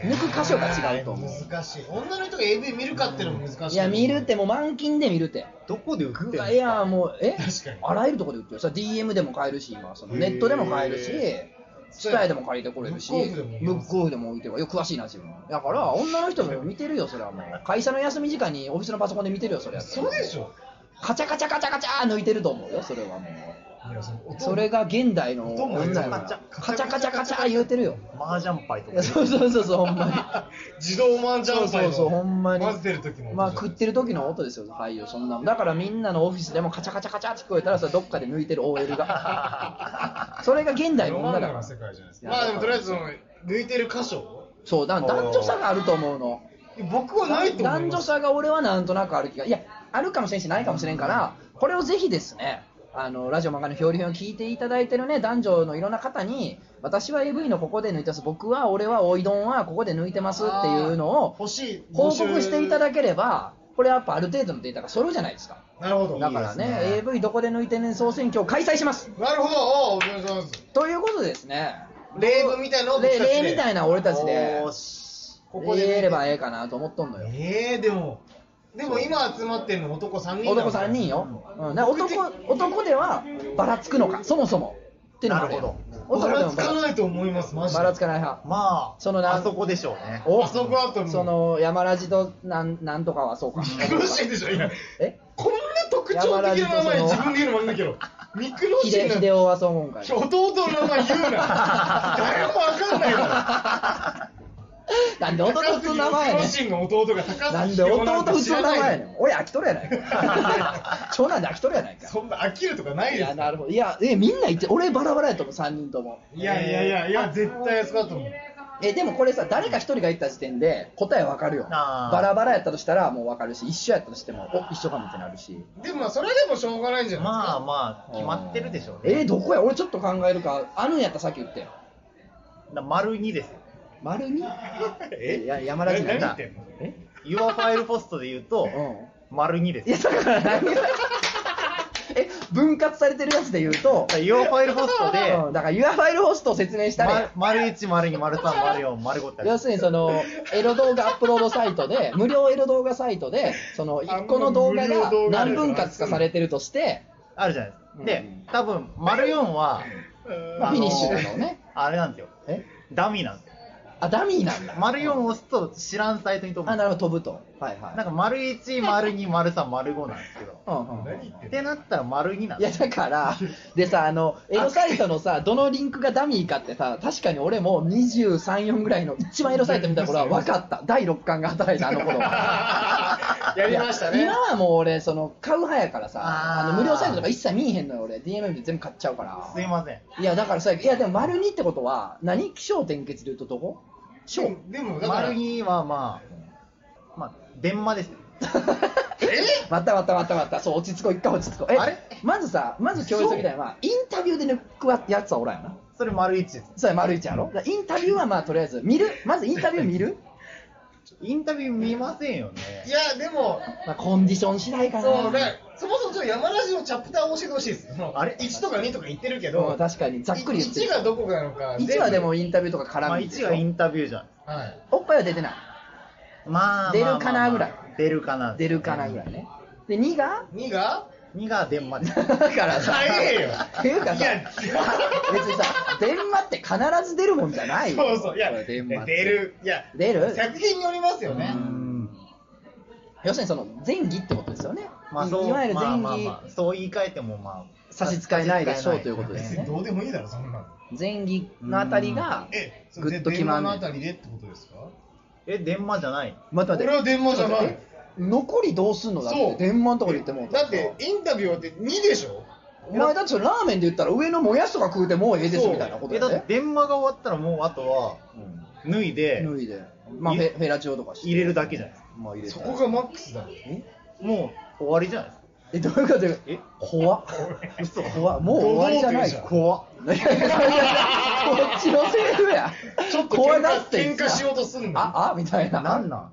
[SPEAKER 1] 抜く箇所が違うと思う
[SPEAKER 3] 難しい女の人が AV 見るかっていうのも難しい
[SPEAKER 1] いや見るってもう満勤で見るって
[SPEAKER 4] どこで売ってん
[SPEAKER 1] い
[SPEAKER 4] の
[SPEAKER 1] やいやもうえ
[SPEAKER 3] 確かに
[SPEAKER 1] あらゆるとこで売ってるさ DM でも買えるし今そのネットでも買えるしスタイでも借りてこれるし
[SPEAKER 3] ブックオ
[SPEAKER 1] ブ
[SPEAKER 3] フでも
[SPEAKER 1] ックオフでも置いてるわよ詳しいな自分だから女の人も見てるよそれはもう会社の休み時間にオフィスのパソコンで見てるよそれは
[SPEAKER 3] そうでしょ
[SPEAKER 1] カチャカチャカチャカチャ抜いてると思うよそれはもう
[SPEAKER 3] いやその音
[SPEAKER 1] それが現代の
[SPEAKER 3] 音も
[SPEAKER 1] 女やから
[SPEAKER 3] カ
[SPEAKER 1] カ
[SPEAKER 3] チ
[SPEAKER 1] チ
[SPEAKER 3] ャ
[SPEAKER 1] ャカチャカチャ言うてるよ
[SPEAKER 4] 麻雀牌と
[SPEAKER 1] い
[SPEAKER 4] か
[SPEAKER 1] やそうそうそうそうほんまに
[SPEAKER 3] 自動マンジ
[SPEAKER 1] そ
[SPEAKER 3] ャ
[SPEAKER 1] う
[SPEAKER 3] ン
[SPEAKER 1] そ
[SPEAKER 3] パイ
[SPEAKER 1] う
[SPEAKER 3] の
[SPEAKER 1] そうほんまに
[SPEAKER 3] 混ぜてる時も
[SPEAKER 1] まあ食ってる時の音ですよ俳優そんなもんだからみんなのオフィスでもカチャカチャカチャって聞こえたらそれどっかで抜いてる OL がそれが現代の
[SPEAKER 3] ロマ
[SPEAKER 1] 女
[SPEAKER 3] ン
[SPEAKER 1] だか
[SPEAKER 3] だから
[SPEAKER 1] ら
[SPEAKER 3] 世界じゃないですかまあでもとりあえずその抜いてる箇所
[SPEAKER 1] そうだから男女差があると思うの
[SPEAKER 3] 僕はないと思い
[SPEAKER 1] 男
[SPEAKER 3] ま
[SPEAKER 1] 女
[SPEAKER 3] す
[SPEAKER 1] 差が俺はなんとなくある気がいやあるかもしれんしないかもしれんからこれをぜひですねあのラジオ漫画の表現を聞いていただいてるね男女のいろんな方に私は AV のここで抜いてます僕は俺はおいどんはここで抜いてますっていうのを
[SPEAKER 3] 欲しい
[SPEAKER 1] 報告していただければこれやっぱある程度のデータが揃うじゃないですか
[SPEAKER 3] なるほど
[SPEAKER 1] だからね
[SPEAKER 4] いいですね
[SPEAKER 1] AV どこで抜いてんねん総選挙を開催します
[SPEAKER 3] なるほどおおおめでとうございます
[SPEAKER 1] ということでですね
[SPEAKER 3] 例文みたいなのを
[SPEAKER 1] 例
[SPEAKER 3] 僕たちで
[SPEAKER 1] 例みたいな俺たちで
[SPEAKER 4] おーし
[SPEAKER 3] ここで
[SPEAKER 1] 入れればええかなと思っとんのよ
[SPEAKER 3] ええでもでも今集まってるの男3人だ
[SPEAKER 1] 男
[SPEAKER 3] もん
[SPEAKER 1] 3
[SPEAKER 3] ね
[SPEAKER 1] 人よ、うん、だから男男ではばらつくのかそもそもっていうのもある
[SPEAKER 4] なる
[SPEAKER 1] よ
[SPEAKER 3] ば
[SPEAKER 1] 男で
[SPEAKER 3] ら
[SPEAKER 1] も
[SPEAKER 3] つかないと思いますマジで
[SPEAKER 1] ばらつかない派
[SPEAKER 4] まあ
[SPEAKER 1] そのな
[SPEAKER 4] あそこでしょうね
[SPEAKER 1] お
[SPEAKER 3] あそこだと思う
[SPEAKER 1] その山ラジとなんなんとかはそうか
[SPEAKER 3] よろしいでしょいや
[SPEAKER 1] え
[SPEAKER 3] こんな特徴的な名前自分で言うのもあんだ けどミクロ
[SPEAKER 1] ひ
[SPEAKER 3] シ
[SPEAKER 1] で
[SPEAKER 3] ンな
[SPEAKER 1] ひ
[SPEAKER 3] んて
[SPEAKER 1] でおはそう思うん かい
[SPEAKER 3] 弟の名前言うな誰もわかんないから
[SPEAKER 1] なんで弟普通の名前
[SPEAKER 3] 高
[SPEAKER 1] やね
[SPEAKER 3] 杉ミクロシンの弟が高
[SPEAKER 1] なん
[SPEAKER 3] 杉ひ
[SPEAKER 1] で
[SPEAKER 3] で
[SPEAKER 1] 弟
[SPEAKER 3] おなんて
[SPEAKER 1] 普
[SPEAKER 3] 知
[SPEAKER 1] 通の
[SPEAKER 3] ら
[SPEAKER 1] 名
[SPEAKER 3] ない
[SPEAKER 1] 前
[SPEAKER 3] の
[SPEAKER 1] やねん俺飽きとるやないか長男で飽きとるやないか
[SPEAKER 3] そんな飽きるとかない
[SPEAKER 1] い
[SPEAKER 3] で
[SPEAKER 1] や
[SPEAKER 3] す
[SPEAKER 1] なるほどいやえみんな言って俺バラバラやと思う3人とも
[SPEAKER 3] いやいやいやいや絶対安かと思う
[SPEAKER 1] えでもこれさ誰か一人が言った時点で答えわかるよ
[SPEAKER 4] あー
[SPEAKER 1] バラバラやったとしたらもうわかるし一緒やったとしてもお一緒かもってなるし
[SPEAKER 3] でもまあそれでもしょうがないんじゃない
[SPEAKER 4] まあまあ決まってるでしょう
[SPEAKER 1] え
[SPEAKER 4] ね
[SPEAKER 1] ーどこや俺ちょっと考えるかあるんやったらさっき言ってよ
[SPEAKER 4] だ丸2ですよ
[SPEAKER 1] 丸に
[SPEAKER 3] え
[SPEAKER 1] いや山田人だ
[SPEAKER 3] え何言
[SPEAKER 1] な
[SPEAKER 3] ってんの
[SPEAKER 1] え
[SPEAKER 4] Your File ポストで言うと
[SPEAKER 1] う
[SPEAKER 4] 丸2です
[SPEAKER 1] んいやだから何がえ分割されてるやつで言うと、
[SPEAKER 4] Your File ポスト で
[SPEAKER 1] うん、だから Your File ホストを説明したらいい
[SPEAKER 4] ま丸1丸2丸3丸4丸5ってある
[SPEAKER 1] 要するにそ のエロ動画アップロードサイトで無料エロ動画サイトでその1個の動画
[SPEAKER 3] あもう無料
[SPEAKER 1] が
[SPEAKER 3] 動画
[SPEAKER 1] 何分割かされてるとして、
[SPEAKER 4] あるじゃないですか
[SPEAKER 1] う
[SPEAKER 4] で
[SPEAKER 1] ん
[SPEAKER 4] 多分丸4は
[SPEAKER 1] まあ、
[SPEAKER 4] あ
[SPEAKER 1] フィ
[SPEAKER 4] の
[SPEAKER 1] ニッシュのね
[SPEAKER 4] あれなんですよ
[SPEAKER 1] え
[SPEAKER 4] ダミーなんですよ
[SPEAKER 1] あダミーなんだ
[SPEAKER 4] 丸4を押すと知らんサイトに飛ぶ
[SPEAKER 1] あなるほど飛ぶとはいはい
[SPEAKER 4] なんか丸1丸2丸3丸5なんですけど
[SPEAKER 1] うんうんうん
[SPEAKER 3] 何言って
[SPEAKER 4] っ
[SPEAKER 3] んの。
[SPEAKER 4] てなったら丸2なん
[SPEAKER 1] い
[SPEAKER 4] で
[SPEAKER 1] や
[SPEAKER 4] す
[SPEAKER 1] だから、でさ、あのエロサイトのさ、どのリンクがダミーかってさ、確かに俺も23、4ぐらいの一番エロサイト見た頃は分かった、第六感が働いた、あの 頃は
[SPEAKER 3] やりましたね
[SPEAKER 1] いや今はもう俺、その買う派やからさ、
[SPEAKER 4] あー
[SPEAKER 1] あの無料サイトとか一切見えへんのよ、俺、DMM で全部買っちゃうから。
[SPEAKER 4] すいません
[SPEAKER 1] いや、だからさ、いや、でも、丸二ってことは、何気象転結で言うとど こ
[SPEAKER 3] で
[SPEAKER 1] 小
[SPEAKER 3] もでもだから
[SPEAKER 4] 丸二はまあ、まあ、電話ですよ。
[SPEAKER 1] またまたまたまた、そう、落ち着こう、一回落ち着こう。え
[SPEAKER 4] あれ
[SPEAKER 1] まずさ、まず共有するみたいな、インタビューで抜くやつはおらんよな。
[SPEAKER 4] それ丸一です。
[SPEAKER 1] それ丸一やろだからインタビューはまあとりあえず見るまずインタビュー見 る、
[SPEAKER 4] インタビュー見ませんよね。
[SPEAKER 3] いやでも
[SPEAKER 1] まあ、コンディション次第かな
[SPEAKER 3] そうね、そもそもちょっと山梨のチャプターを教えてほしいです。
[SPEAKER 4] あれ
[SPEAKER 3] ?1 とか2とか言ってるけ
[SPEAKER 1] う
[SPEAKER 3] ど
[SPEAKER 1] ん、確かにざっくり言ってる
[SPEAKER 3] 1がどこなのか。
[SPEAKER 1] 1はで
[SPEAKER 3] 全
[SPEAKER 1] もインタビューとか
[SPEAKER 4] ま
[SPEAKER 1] 絡
[SPEAKER 4] あ、
[SPEAKER 1] みでし
[SPEAKER 4] 一
[SPEAKER 1] ょ
[SPEAKER 4] はインタビューじゃん。
[SPEAKER 3] はい。
[SPEAKER 1] おっぱいは出てない
[SPEAKER 4] まあ、
[SPEAKER 1] 出るかなぐらい。
[SPEAKER 4] 出るかな。
[SPEAKER 1] 出るかなぐらいねで2が
[SPEAKER 3] 2が
[SPEAKER 4] 二が電話です。
[SPEAKER 1] だからさ
[SPEAKER 3] 早えよ
[SPEAKER 1] っていうかさ
[SPEAKER 3] いや
[SPEAKER 1] 別にさ電話って必ず出るもんじゃないよ
[SPEAKER 3] そうそう、いや、
[SPEAKER 1] これ
[SPEAKER 3] 出
[SPEAKER 1] 電話って
[SPEAKER 3] る。いや、
[SPEAKER 1] 出る
[SPEAKER 3] 作品によりますよね
[SPEAKER 4] う。ん
[SPEAKER 1] 要するにその前儀ってことですよね、
[SPEAKER 4] まあ、そう、
[SPEAKER 1] いわゆる前
[SPEAKER 4] まあ
[SPEAKER 1] 儀、
[SPEAKER 4] まあまあそう言い換えても、まあ、
[SPEAKER 1] 差し支えないでしょうということです
[SPEAKER 3] 別
[SPEAKER 1] ね
[SPEAKER 3] にどうでもいいだろ、そんなの。
[SPEAKER 1] 前儀のあたりが
[SPEAKER 3] え、そ
[SPEAKER 1] グ
[SPEAKER 3] れ
[SPEAKER 1] ッと決まんね
[SPEAKER 3] の
[SPEAKER 1] ん
[SPEAKER 3] あたりでってことですか
[SPEAKER 4] え、電話じゃない。
[SPEAKER 1] また
[SPEAKER 3] これは電話じゃない。
[SPEAKER 1] 残りどうすんのだっ
[SPEAKER 3] そ
[SPEAKER 1] て
[SPEAKER 3] う
[SPEAKER 1] 電話のとこで言っても
[SPEAKER 3] だって、インタビューって2でしょ
[SPEAKER 1] お前だってそれラーメンで言ったら上のもやしとか食うてもうええですみたいなこと
[SPEAKER 4] え、
[SPEAKER 1] や
[SPEAKER 4] だ
[SPEAKER 1] で、
[SPEAKER 4] って電話が終わったら、もうあとは、脱いで、
[SPEAKER 1] 脱いで、まあ、フ
[SPEAKER 4] 入れ
[SPEAKER 1] ェフェラチオとかして
[SPEAKER 4] 入れるだけじゃないです
[SPEAKER 1] まあ入れた
[SPEAKER 3] そこがマックスだろ。
[SPEAKER 1] え
[SPEAKER 4] もう、終わりじゃないですか。
[SPEAKER 1] えどういうこと
[SPEAKER 4] え
[SPEAKER 1] 怖 っ
[SPEAKER 4] 嘘
[SPEAKER 1] 怖っもう終わりじゃない
[SPEAKER 3] 堂々と
[SPEAKER 4] 怖っ。
[SPEAKER 1] いやいやいやいやこっちのセリフや
[SPEAKER 3] ちょっと
[SPEAKER 1] 怖
[SPEAKER 3] 喧
[SPEAKER 1] が
[SPEAKER 3] 嘩
[SPEAKER 1] って
[SPEAKER 3] 喧嘩しようとすんな。
[SPEAKER 1] ああみたいな
[SPEAKER 4] なんなん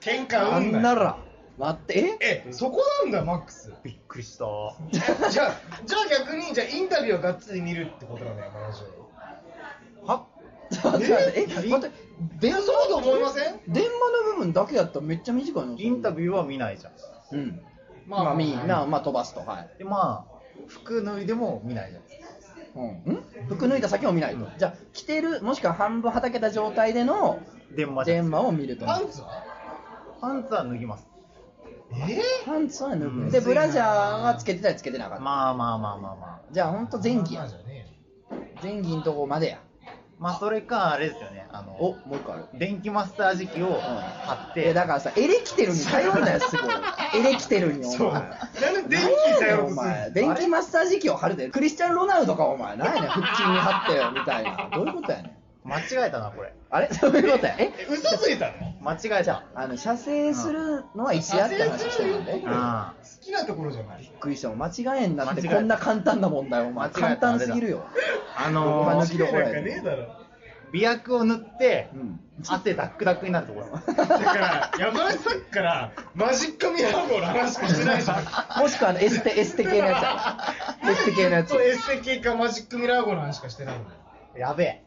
[SPEAKER 3] 喧嘩
[SPEAKER 1] な
[SPEAKER 3] うん
[SPEAKER 1] ん
[SPEAKER 3] な
[SPEAKER 1] なら待ってえ
[SPEAKER 3] え、そこなんだ、マックス。
[SPEAKER 4] びっくりした。
[SPEAKER 3] じゃあ、じゃあ逆に、じゃあインタビューをがっつり見るってことなのよ、マジで。
[SPEAKER 4] は
[SPEAKER 1] ちょっと待ってえ待って電話
[SPEAKER 3] そうと思いません
[SPEAKER 1] 電話の部分だけやったらめっちゃ短いの
[SPEAKER 4] インタビューは見ないじゃん。
[SPEAKER 1] ューうん
[SPEAKER 3] まあ
[SPEAKER 1] まあみ
[SPEAKER 3] まあ
[SPEAKER 1] んなまあ飛ばすとはい
[SPEAKER 4] で、まあ、服脱いでも見ないじゃん。
[SPEAKER 1] うん、服脱いだ先を見ないと、じゃあ着てるもしくは半分はたけた状態での
[SPEAKER 4] 電話じゃん。
[SPEAKER 1] 電話を見ると
[SPEAKER 3] パンツは
[SPEAKER 4] パンツは脱ぎます。
[SPEAKER 3] え
[SPEAKER 1] パンツは脱ぐ、
[SPEAKER 4] うん
[SPEAKER 1] でブラジャーはつけてたりつけてなかった、
[SPEAKER 4] まあまあまあまあまあ。
[SPEAKER 1] じゃあほんと前
[SPEAKER 3] ー、
[SPEAKER 1] 儀
[SPEAKER 3] まあ
[SPEAKER 1] や
[SPEAKER 3] じゃね
[SPEAKER 1] 前儀のとこまでや
[SPEAKER 4] まあ、それか、あれですよね。あ
[SPEAKER 1] お
[SPEAKER 4] の、
[SPEAKER 1] もう一個ある
[SPEAKER 4] 電気マッサージ機を貼っ
[SPEAKER 1] で
[SPEAKER 4] て、
[SPEAKER 1] だからさエレキテルに頼んだよ すごいエレキテルに
[SPEAKER 3] え
[SPEAKER 1] お
[SPEAKER 3] そう
[SPEAKER 1] 前
[SPEAKER 3] なんで電
[SPEAKER 1] 何
[SPEAKER 3] 気
[SPEAKER 1] やねんお
[SPEAKER 3] 頼ろうとする
[SPEAKER 1] 前電気マッサージ機を貼るでクリスチャン・ロナウドかお前何やねん腹筋に貼ってよみたいなどういうことやねん
[SPEAKER 4] 間違えたな、これ。
[SPEAKER 1] あれそういうことやえ
[SPEAKER 3] え嘘ついたの好
[SPEAKER 4] 間違えた。
[SPEAKER 1] あの射精するのは一緒やって話してるんで
[SPEAKER 3] うん
[SPEAKER 4] あ
[SPEAKER 3] きなところじゃない
[SPEAKER 1] びっくりしたもう間違えんなって
[SPEAKER 4] 間違えた
[SPEAKER 1] こんな簡単な問題お前
[SPEAKER 4] 間違
[SPEAKER 1] 簡
[SPEAKER 4] えたあれだ
[SPEAKER 1] 単すぎるよ
[SPEAKER 4] あ
[SPEAKER 1] お前
[SPEAKER 4] の
[SPEAKER 1] の
[SPEAKER 4] ー、
[SPEAKER 1] きどころ
[SPEAKER 3] 間違いなんかねえだろ
[SPEAKER 4] び美薬を塗っ て
[SPEAKER 1] うん
[SPEAKER 4] 汗ダックダックになるところ
[SPEAKER 3] だから、山根さんから、マジックミラー号の話しかしてないじゃん。
[SPEAKER 1] もしくはあのエステエステ系のや つエステ系のやつ
[SPEAKER 3] そう、エステ系かマジックミラー号の話しかしてないのよ。
[SPEAKER 4] やべえ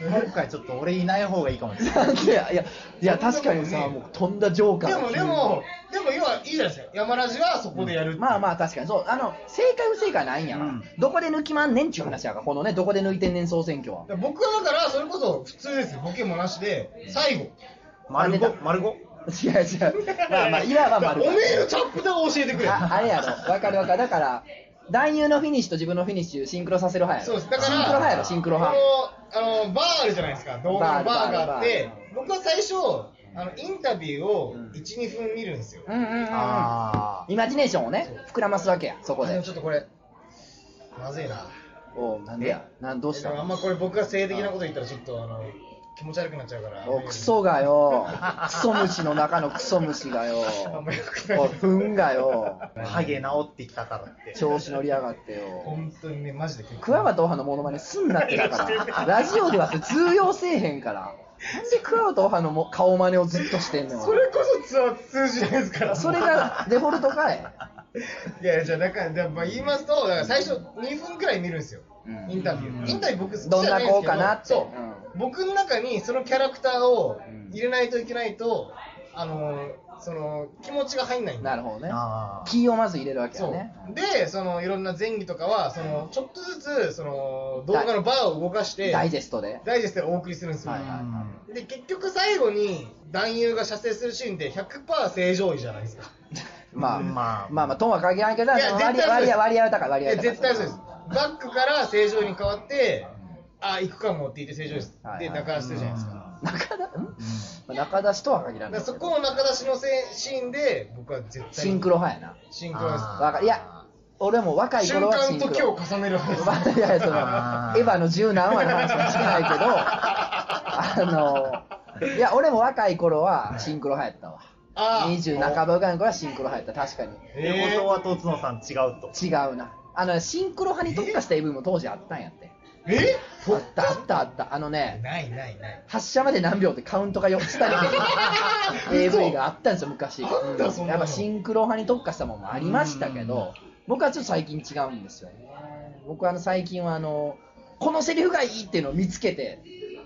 [SPEAKER 4] 今回ちょっと俺いない方がいいかもしれない
[SPEAKER 1] なんでいやいや確かにさもう飛んだジョーカー
[SPEAKER 3] で
[SPEAKER 1] が
[SPEAKER 3] も、
[SPEAKER 1] 急に
[SPEAKER 3] でも、でも今、いいじゃないですか。山ラジはそこでやるっていう。
[SPEAKER 1] まあまあ確かにそうあの正解不正解ないんやから、
[SPEAKER 4] うん
[SPEAKER 1] どこで抜きまんねんっちゅう話やからこのねどこで抜いてんねん総選 挙は
[SPEAKER 3] だから僕はだから、それこそ普通ですよ。ボケもなしで、最後。
[SPEAKER 4] 丸
[SPEAKER 1] あ出
[SPEAKER 4] ご
[SPEAKER 1] た
[SPEAKER 4] 丸ご
[SPEAKER 1] 違う違うまあまあ今は丸
[SPEAKER 3] おめえのチャップターを教えてくれ。
[SPEAKER 1] ああれやろわかるわかるだから男優のフィニッシュと自分のフィニッシュシンクロさせる派や
[SPEAKER 3] そう
[SPEAKER 1] ろ
[SPEAKER 3] です。だから、
[SPEAKER 1] シンクロ派やろシンクロ派
[SPEAKER 3] このあの、バーあるじゃないですか。動画のバーがあ
[SPEAKER 1] バーあるバーある
[SPEAKER 3] って
[SPEAKER 1] バーあ、
[SPEAKER 3] 僕は最初、あの、インタビューを
[SPEAKER 1] うん
[SPEAKER 3] 1、2分見るんですよ。
[SPEAKER 1] うんうんうんうん
[SPEAKER 4] あ
[SPEAKER 1] イマジネーションをね膨らますわけやそこ
[SPEAKER 3] あで
[SPEAKER 1] で
[SPEAKER 3] もちょっとこれ、まずいな。
[SPEAKER 1] おうなんでやなんどうし
[SPEAKER 3] えでもあ
[SPEAKER 1] た
[SPEAKER 3] んまこれ僕が性的なこと言ったらちょっとあの気持ち悪くなっちゃうから
[SPEAKER 1] おうクソがよクソ虫の中のクソ虫がよ
[SPEAKER 3] あんまよくない
[SPEAKER 1] おいフンがよ
[SPEAKER 4] ーハゲ治ってきたからって
[SPEAKER 1] 調子乗りやがってよ
[SPEAKER 3] 本当にねマジで結構
[SPEAKER 1] クワガタオハのモノマネすんなってだからラジオではそれ通用せえへんからなんでクワガタオハのも顔真似をずっとしてんの
[SPEAKER 3] それこそツアー通じないですから
[SPEAKER 1] それがデフォルトかい
[SPEAKER 3] いやいやじゃあだからだからまあ言いますとだから最初2分くらい見るんですよ、
[SPEAKER 1] うん
[SPEAKER 3] インタビュー、インタビュー僕好き
[SPEAKER 1] どん
[SPEAKER 3] じゃ
[SPEAKER 1] な
[SPEAKER 3] ないんです
[SPEAKER 1] 子
[SPEAKER 3] けど
[SPEAKER 1] かなって
[SPEAKER 3] そう、僕の中にそのキャラクターを
[SPEAKER 1] うん
[SPEAKER 3] 入れないといけないと、あのその気持ちが入んないん
[SPEAKER 1] うん
[SPEAKER 3] で
[SPEAKER 1] なるほどね
[SPEAKER 4] あ
[SPEAKER 1] 気をまず入れるわけや
[SPEAKER 3] そう
[SPEAKER 1] ね
[SPEAKER 3] でそのいろんな前儀とかはそのちょっとずつその動画のバーを動かして
[SPEAKER 1] ダイジェストで
[SPEAKER 3] ダイジェストでお送りするんですよ、
[SPEAKER 1] はい
[SPEAKER 4] ー
[SPEAKER 1] は
[SPEAKER 4] うん
[SPEAKER 3] で結局最後に男優が射精するシーンって100%正常位じゃないですか
[SPEAKER 1] まあま
[SPEAKER 4] ま
[SPEAKER 1] あ
[SPEAKER 4] あ
[SPEAKER 1] まあとは限らないけど
[SPEAKER 3] いや
[SPEAKER 1] 割
[SPEAKER 3] 絶対そうで
[SPEAKER 1] 割
[SPEAKER 3] す
[SPEAKER 1] 合割合は高い
[SPEAKER 3] い
[SPEAKER 1] 割合は
[SPEAKER 3] や
[SPEAKER 1] 高い
[SPEAKER 3] 絶対そうですバックから正常位に変わってあ行くかもって言って正常位です、
[SPEAKER 1] はいはい
[SPEAKER 3] で中出しするじゃないですか、
[SPEAKER 1] 中田ん、まあ、中出しとは限らないけ
[SPEAKER 3] だから
[SPEAKER 1] ど
[SPEAKER 3] そこの中出しのせシーンで僕は絶対に
[SPEAKER 1] シンクロ派や
[SPEAKER 3] シンクロです
[SPEAKER 1] なわかいや俺も若い
[SPEAKER 3] 瞬
[SPEAKER 1] 頃はシ
[SPEAKER 3] 間
[SPEAKER 1] ン
[SPEAKER 3] と
[SPEAKER 1] ク
[SPEAKER 3] 今
[SPEAKER 1] ロ
[SPEAKER 3] 日重ねる話
[SPEAKER 1] まあいやいやその
[SPEAKER 4] あー
[SPEAKER 1] エヴァの十何話の話はしてないけどあのいや俺も若い頃はシンクロ派やったわ
[SPEAKER 3] あー
[SPEAKER 1] 20半ばぐらいの頃はシンクロ派やった確かに
[SPEAKER 4] ってことはとつのさん違う と
[SPEAKER 1] 違うなあのシンクロ派に特化した AV も当時あったんやって
[SPEAKER 3] え
[SPEAKER 1] あったあったあったあのね
[SPEAKER 3] ないないない
[SPEAKER 1] 発射まで何秒ってカウントが4つ下に出てる AV があったんですよ昔
[SPEAKER 3] なんだそんな
[SPEAKER 1] やっ
[SPEAKER 3] の
[SPEAKER 1] ぱシンクロ派に特化したものもありましたけど僕はちょっと最近違うんですよね僕はあの最近はあのこのセリフがいいっていうのを見つけて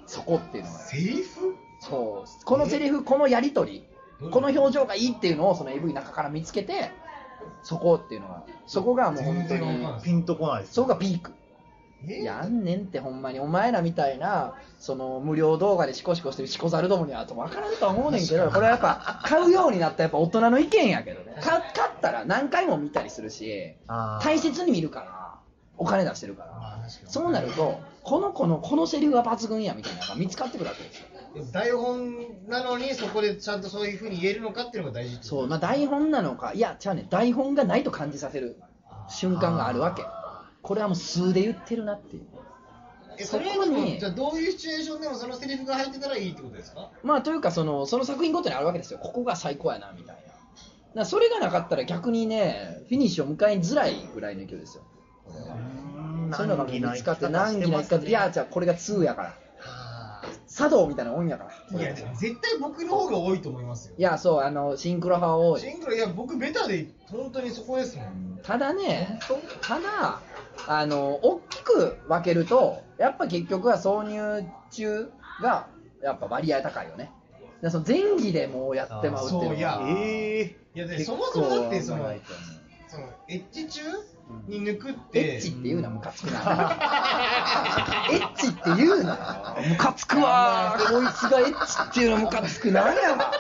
[SPEAKER 1] そこっていうのが
[SPEAKER 3] セリフ
[SPEAKER 1] そうこのセリフこのやり取り
[SPEAKER 3] どういう
[SPEAKER 1] この表情がいいっていうのをその AV の中から見つけてそこっていうのがそこがもう本当
[SPEAKER 3] 全然
[SPEAKER 1] に
[SPEAKER 3] わかんない
[SPEAKER 4] ピンとこないです
[SPEAKER 1] そこがピーク
[SPEAKER 3] え
[SPEAKER 1] やんねんってほんまにお前らみたいなその無料動画でシコシコしてるシコザルどもにはあと分からんとは思うねんけどこれはやっぱ買うようになったやっぱ大人の意見やけどねか買ったら何回も見たりするし
[SPEAKER 4] あー
[SPEAKER 1] 大切に見るからお金出してるから
[SPEAKER 3] あー確かに
[SPEAKER 1] そうなるとこの子のこのセリフが抜群やみたいなのが見つかってくるわけですよ
[SPEAKER 3] 台本なのにそこでちゃんとそういうふうに言えるのかっていうのが大事って
[SPEAKER 1] そうまあ台本なのかいやじゃあね台本がないと感じさせる瞬間があるわけこれはもう数で言ってるなっていう
[SPEAKER 3] えそれはでもじゃあどういうシチュエーションでもそのセリフが入ってたらいいってことですか
[SPEAKER 1] まあというかそのその作品ごとにあるわけですよここが最高やなみたいなだからそれがなかったら逆にねフィニッシュを迎えづらいぐらいの勢いですよ
[SPEAKER 4] うん
[SPEAKER 1] そういうのが見つかって難儀な生き
[SPEAKER 4] して
[SPEAKER 1] 方
[SPEAKER 4] ますね
[SPEAKER 1] いやじゃあこれが2やから茶道みたいなもんやから
[SPEAKER 3] いや絶対僕の方が多いと思いますよ
[SPEAKER 1] いやそうあのシンクロ派多い
[SPEAKER 3] シングルいや僕ベタで本当にそこですもん
[SPEAKER 1] ただね、ただ、あの大きく分けると、やっぱ結局は挿入中がやっぱ割合高いよね。でその前期でもうやってまうっていうのは
[SPEAKER 3] あそういや
[SPEAKER 4] ええ
[SPEAKER 3] いやで
[SPEAKER 1] 結
[SPEAKER 3] そ
[SPEAKER 1] 構
[SPEAKER 3] もそもだってそ
[SPEAKER 1] 長
[SPEAKER 3] の
[SPEAKER 1] いと思う
[SPEAKER 3] そのエッチ中に抜くっ
[SPEAKER 1] エ
[SPEAKER 3] て
[SPEAKER 1] ッチって言うな、ムカつくな。エッチって言うな、ムカつくわ。こいつがエッチっていうのムカつくなんやわ。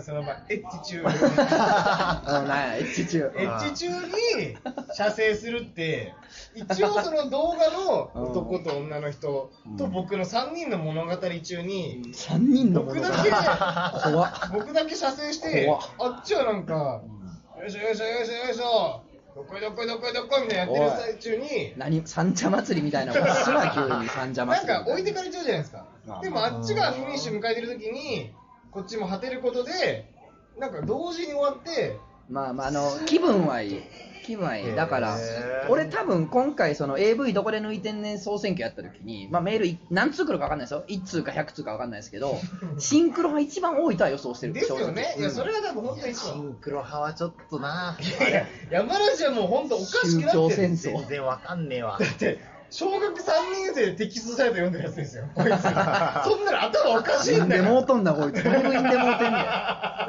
[SPEAKER 3] そのまあエッ チ中
[SPEAKER 1] うん なんやエッチ中。
[SPEAKER 3] エッチ中に射精するって一応その動画の男と女の人と僕の3人の物語中に
[SPEAKER 1] 3人のも
[SPEAKER 3] 僕
[SPEAKER 1] のが
[SPEAKER 3] だけ
[SPEAKER 1] 怖っ
[SPEAKER 3] 僕だけ射精して
[SPEAKER 1] 怖っ
[SPEAKER 3] あっちはなんかよいしょよいしょよいしょよいしょどこいどこいどこいどこいみたいなやってる最中に
[SPEAKER 1] 何三社祭りみたいなことすな急に三社祭りみたいな
[SPEAKER 3] なんか置いてかれちゃうじゃないですか
[SPEAKER 1] あ
[SPEAKER 3] でもあっちがフィニッシュ迎えてる時にこっちも果てることでなんか同時に終わって
[SPEAKER 1] まあまあ、あの、気分はいい。気分はいい。だから
[SPEAKER 4] へ、ー
[SPEAKER 1] 俺多分今回その AV どこで抜いてんねん総選挙やった時に、まあメールい何通来るか分かんないですよ。1通か100通か分かんないですけ ど、シンクロが一番多いとは予想してる。
[SPEAKER 3] ですよね。
[SPEAKER 1] 正直
[SPEAKER 3] いや、それは多分本当に
[SPEAKER 4] シ
[SPEAKER 3] そう。
[SPEAKER 4] ンクロ派はちょっとな、
[SPEAKER 3] いや、山梨はもう本当おかしくな
[SPEAKER 1] 宗教戦
[SPEAKER 3] ってる。
[SPEAKER 1] 争
[SPEAKER 4] 全。然わかんねえわ。
[SPEAKER 3] で小学3年生でテキストサイト読んでるやつです よ。こいつそんなの頭おかしいんだ
[SPEAKER 1] で
[SPEAKER 3] よ。
[SPEAKER 1] もうとんだこいつ。どんどんでもうてんね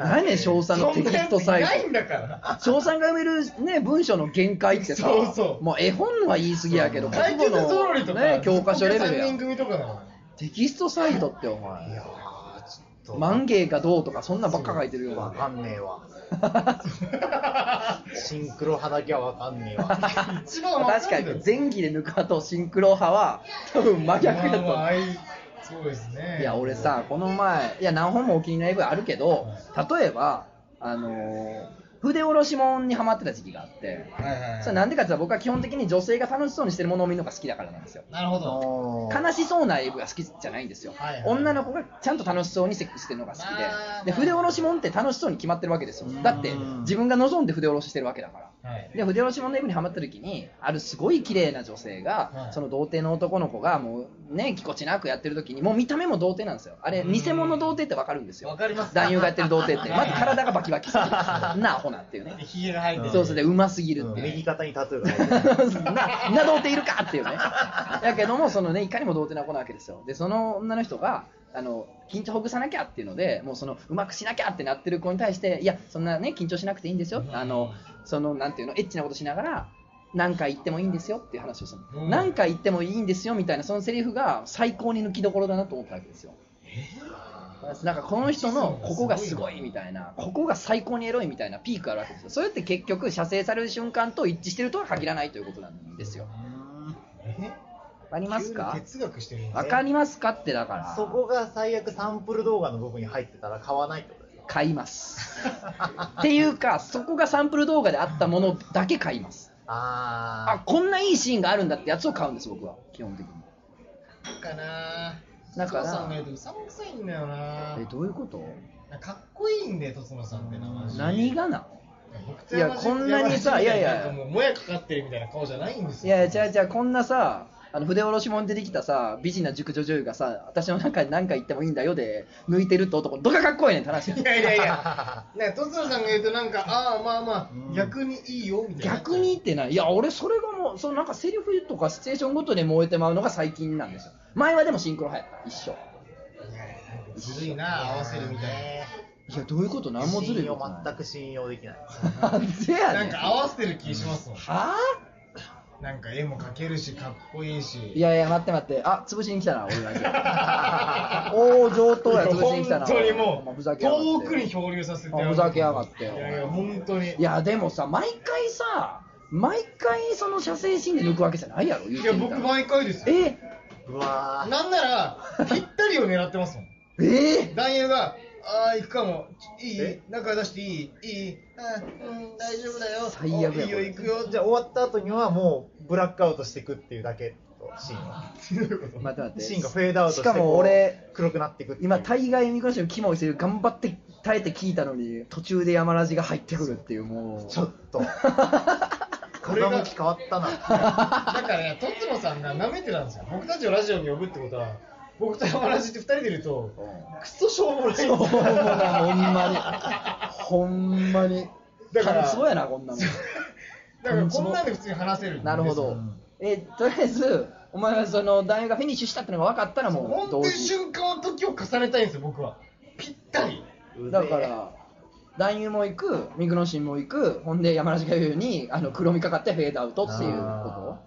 [SPEAKER 1] ん。何ね、翔さんのテキストサイ
[SPEAKER 3] そんなやついない
[SPEAKER 1] ト。
[SPEAKER 3] んだから。
[SPEAKER 1] 翔さんが読めるね、文章の限界ってさ、
[SPEAKER 3] そうそう
[SPEAKER 1] もう絵本は言い過ぎやけど、
[SPEAKER 3] 解決ゾロリとか、
[SPEAKER 1] ね、教科書レベル
[SPEAKER 3] 3
[SPEAKER 1] や
[SPEAKER 3] 人
[SPEAKER 1] ん。
[SPEAKER 3] 組とかだもん
[SPEAKER 1] テキストサイトってお
[SPEAKER 4] いや
[SPEAKER 1] 前、
[SPEAKER 4] ーちょっと。
[SPEAKER 1] 万芸かどうとかそんなばっか書いてるよ。
[SPEAKER 4] わかんねえわ。
[SPEAKER 3] 一
[SPEAKER 4] シンクロ派だけはわかんね えわ。
[SPEAKER 3] 番わ
[SPEAKER 1] 確かに前期で抜く派とシンクロ派は多分真逆やと
[SPEAKER 3] まあまあ
[SPEAKER 1] 思
[SPEAKER 3] あいそうですね。
[SPEAKER 1] う。いや俺さ、この前、いや何本もお気に入りの AV あるけど、例えば、あのー筆下ろしもんにハマってた時期があって、
[SPEAKER 3] はいはいはい、
[SPEAKER 1] それなんでかって言ったら僕は基本的に女性が楽しそうにしてるものを見るのが好きだからなんですよ。
[SPEAKER 3] なるほど。
[SPEAKER 1] 悲しそうな AV が好きじゃないんですよ、
[SPEAKER 3] はいはい
[SPEAKER 1] 女の子がちゃんと楽しそうにセックスしてるのが好き
[SPEAKER 3] あー
[SPEAKER 1] でで筆下ろしもんって楽しそうに決まってるわけですよだって自分が望んで筆下ろししてるわけだから
[SPEAKER 3] はい。
[SPEAKER 1] で筆下ろしもんの AV にハマった時にあるすごい綺麗な女性が、
[SPEAKER 3] はい
[SPEAKER 1] その童貞の男の子がもうねぎこちなくやってる時にもう見た目も童貞なんですよあれ
[SPEAKER 3] うん
[SPEAKER 1] 偽物童貞ってわかるんですよ
[SPEAKER 3] わかります
[SPEAKER 1] 男優がやってる童貞 って
[SPEAKER 3] はい
[SPEAKER 1] まず体がバキバキ するなアホなっていうね
[SPEAKER 3] でヒゲが入って
[SPEAKER 4] う
[SPEAKER 3] て
[SPEAKER 4] ん
[SPEAKER 1] そうそうでうますぎる
[SPEAKER 4] う
[SPEAKER 1] っ
[SPEAKER 4] ん
[SPEAKER 1] ていう、
[SPEAKER 4] 右肩にタトゥーが入ってる。
[SPEAKER 1] な、な童貞いるかっていうね。やけども、そのね、いかにも童貞な子なわけですよ。で、その女の人が、あの、緊張ほぐさなきゃっていうので、もうその、うまくしなきゃってなってる子に対して、いや、そんなね、緊張しなくていいんですよ。あの、その、なんていうの、エッチなことしながら、何回言ってもいいんですよっていう話をするの、
[SPEAKER 3] うん
[SPEAKER 1] 何回言ってもいいんですよみたいな、そのセリフが最高に抜きどころだなと思ったわけですよ。なんかこの人のここがすごいみたいな、ここが最高にエロいみたいなピークあるわけですよ。それって結局、射精される瞬間と一致してるとは限らないということなんですよ。
[SPEAKER 3] え
[SPEAKER 1] わかりますか
[SPEAKER 3] 急に哲学してるんですね
[SPEAKER 1] わかりますかってだから、
[SPEAKER 4] そこが最悪サンプル動画の部分に入ってたら買わないってことですよ。
[SPEAKER 1] 買います。っていうか、そこがサンプル動画であったものだけ買います。あ、
[SPEAKER 4] あ
[SPEAKER 1] こんないいシーンがあるんだってやつを買うんです、僕は、基本的に。
[SPEAKER 3] かな
[SPEAKER 1] だ
[SPEAKER 3] だ
[SPEAKER 1] か
[SPEAKER 3] かららさんが言うとうさんくさいんだよな
[SPEAKER 1] え、どういうこと
[SPEAKER 3] かっこいいんでとつのさんって名前
[SPEAKER 1] 何がな
[SPEAKER 3] 僕と山
[SPEAKER 1] いやこんなにさ
[SPEAKER 3] 山
[SPEAKER 1] いやいや
[SPEAKER 3] みたなんかもうもやかかってるみたいな顔じゃないんです
[SPEAKER 1] い
[SPEAKER 3] よ
[SPEAKER 1] やいや、違う違う、こんなさ、あの筆下ろしもん出てきたさ、美人な熟女女優がさ、私の中に何回言ってもいいんだよで、抜いてるって男、どかかっこいいねんって話やん
[SPEAKER 3] いやいやい やねとつのさんが言うとなんかああまあま
[SPEAKER 4] う
[SPEAKER 3] あ
[SPEAKER 4] ん
[SPEAKER 3] 逆にいいよみたいな
[SPEAKER 1] 逆にってない、いや、俺、それがもう、そのなんかセリフとかシチュエーションごとで燃えてまうのが最近なんですよ。前はでもシンクロ派やった、一緒。
[SPEAKER 3] いやずるいな合わせるみたい
[SPEAKER 1] いや、どういうこと、なんもずるい
[SPEAKER 4] 信
[SPEAKER 1] こ
[SPEAKER 4] 用
[SPEAKER 1] とない。
[SPEAKER 4] 全く信用できない。
[SPEAKER 1] なんでや
[SPEAKER 3] な
[SPEAKER 1] ね。
[SPEAKER 3] なんんか
[SPEAKER 1] は
[SPEAKER 3] 合わせてる気しますもん
[SPEAKER 1] あ
[SPEAKER 3] なんか絵も描けるしかっこいいし
[SPEAKER 1] いやいや、待って待って、あ、潰しに来たな、俺だ け。おー、上等や、潰しに来たな。
[SPEAKER 3] 本当に
[SPEAKER 1] お前
[SPEAKER 3] も
[SPEAKER 1] ふ
[SPEAKER 3] う
[SPEAKER 1] ざけやが
[SPEAKER 3] 遠
[SPEAKER 1] って
[SPEAKER 3] くに漂流させて
[SPEAKER 1] あふざけやがって
[SPEAKER 3] いやいや本当にい
[SPEAKER 1] いや、でもさ、毎回さ、毎回その射精シーンで抜くわけじゃないやろ、言うて
[SPEAKER 3] や
[SPEAKER 1] みた
[SPEAKER 3] 僕
[SPEAKER 1] ら
[SPEAKER 3] 毎回ですよ
[SPEAKER 1] え
[SPEAKER 4] うわー
[SPEAKER 3] なんならぴったりを狙ってますもん
[SPEAKER 1] ええ
[SPEAKER 3] 男優が「ああ行くかもちいい
[SPEAKER 4] え
[SPEAKER 3] 中出していいいいあーうん大丈夫だ よ
[SPEAKER 1] 最悪や
[SPEAKER 3] おいいよ行くよ」じ
[SPEAKER 4] じ
[SPEAKER 3] ゃ
[SPEAKER 4] ゃあ終わった後にはもうブラックアウトしていくっていうだけとシーンは
[SPEAKER 1] 待って待って。
[SPEAKER 4] シーンがフェードアウトして
[SPEAKER 1] しかも俺
[SPEAKER 4] こう黒くなっていくっていう
[SPEAKER 1] 今、大概ミコシのキモいセリフ頑張って耐えて聞いたのに、途中で山ラジが入ってくるっていう、もう。
[SPEAKER 4] ちょっ と
[SPEAKER 3] これが
[SPEAKER 4] 風向き変わったな
[SPEAKER 3] あだからねとつのさんが舐めてたんですよ僕たちをラジオに呼ぶってことは僕と山梨って2人でいるとクソしょうもない
[SPEAKER 1] そうな、ほんまに。ほんまに。
[SPEAKER 3] だから
[SPEAKER 1] そうやな、こんなもん。
[SPEAKER 3] だからこんなんで普通に話せるんですよ
[SPEAKER 1] なるほど。え、とりあえず、お前はその、男優がフィニッシュしたってのが分かったらも
[SPEAKER 3] 本
[SPEAKER 1] う、
[SPEAKER 3] 当
[SPEAKER 1] 同
[SPEAKER 3] に
[SPEAKER 1] 時。
[SPEAKER 3] 瞬間の時を重ねたいんですよ僕はぴったり
[SPEAKER 1] だから、男優も行く、ミクノシンも行く、ほんで山梨が言うように、あの、黒みかかってフェードアウトっていうこ
[SPEAKER 4] あ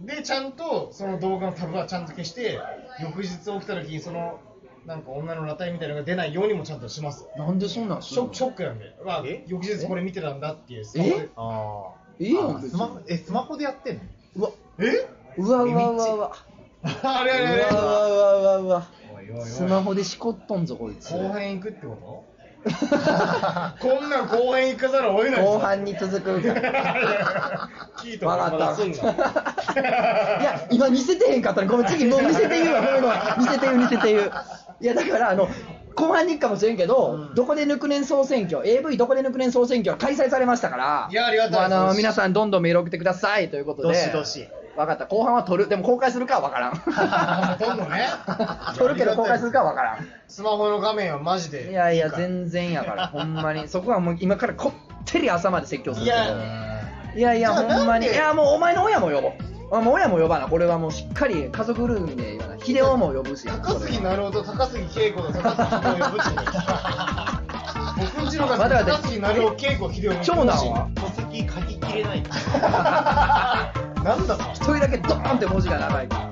[SPEAKER 3] でちゃんとその動画のタブはちゃんと消して翌日起きた時にそのなんか女の裸体みたいなのが出ないようにもちゃんとします
[SPEAKER 1] となんでそんなんす
[SPEAKER 3] シ
[SPEAKER 1] る
[SPEAKER 3] ョッ
[SPEAKER 1] の
[SPEAKER 3] クショックなんで、まあ
[SPEAKER 4] え、
[SPEAKER 3] 翌日これ見てたんだっていう
[SPEAKER 1] え
[SPEAKER 4] あー
[SPEAKER 1] いいよ
[SPEAKER 4] あ
[SPEAKER 1] 別
[SPEAKER 4] スマ
[SPEAKER 1] に
[SPEAKER 4] えスマホでやってんの
[SPEAKER 1] うわ、
[SPEAKER 3] え
[SPEAKER 1] うわうわうわうわ。
[SPEAKER 3] あれあれあれ
[SPEAKER 1] うわうわうわうわ
[SPEAKER 3] おいおいおい
[SPEAKER 1] スマホでしこっとんぞこいつ
[SPEAKER 3] 後編行くってことこんなん後編行かざるを得な い
[SPEAKER 1] 後 半に続くから
[SPEAKER 3] キーと
[SPEAKER 1] 分かった い
[SPEAKER 3] い
[SPEAKER 1] や今見せてへんかったらごめん次もう見せて言うわごめんごめん見せて言う見せて言ういやだからあの後半に行くかもしれんけど、
[SPEAKER 3] うん
[SPEAKER 1] どこで抜くねん総選挙、AV どこで抜くねん総選挙は開催されましたから、
[SPEAKER 3] いやありがたい
[SPEAKER 1] もあ
[SPEAKER 3] ど
[SPEAKER 1] の
[SPEAKER 3] し。
[SPEAKER 1] 皆さん、どんどんメール送ってくださいということで、
[SPEAKER 4] どしどし
[SPEAKER 1] 分かった、後半は撮る、でも公開するかは分からん
[SPEAKER 3] 撮んのね
[SPEAKER 1] 撮るけど公開するかは分からん。
[SPEAKER 3] スマホの画面はマジで
[SPEAKER 1] いやいや、全然やから、ほんまに。そこはもう今からこってり朝まで説教するけど。
[SPEAKER 3] いや
[SPEAKER 1] いやいや、
[SPEAKER 3] じゃあ
[SPEAKER 1] ほんまに。い
[SPEAKER 3] なんで
[SPEAKER 1] や、もうお前の親も呼ぼう。あもう親も呼ばな。これはもうしっかり家族ルームで言わな。秀夫も呼ぶし。
[SPEAKER 3] 高杉
[SPEAKER 1] こ
[SPEAKER 3] なるほど高杉恵子と高杉秀夫呼ぶし僕んちの
[SPEAKER 1] まだ
[SPEAKER 3] 方が
[SPEAKER 1] だって
[SPEAKER 3] 高杉なるほど恵子秀夫呼ぶし
[SPEAKER 1] 長男は
[SPEAKER 4] 戸籍書ききれない。
[SPEAKER 3] なんだそれ
[SPEAKER 1] れ一人だけドーンって文字が長いから。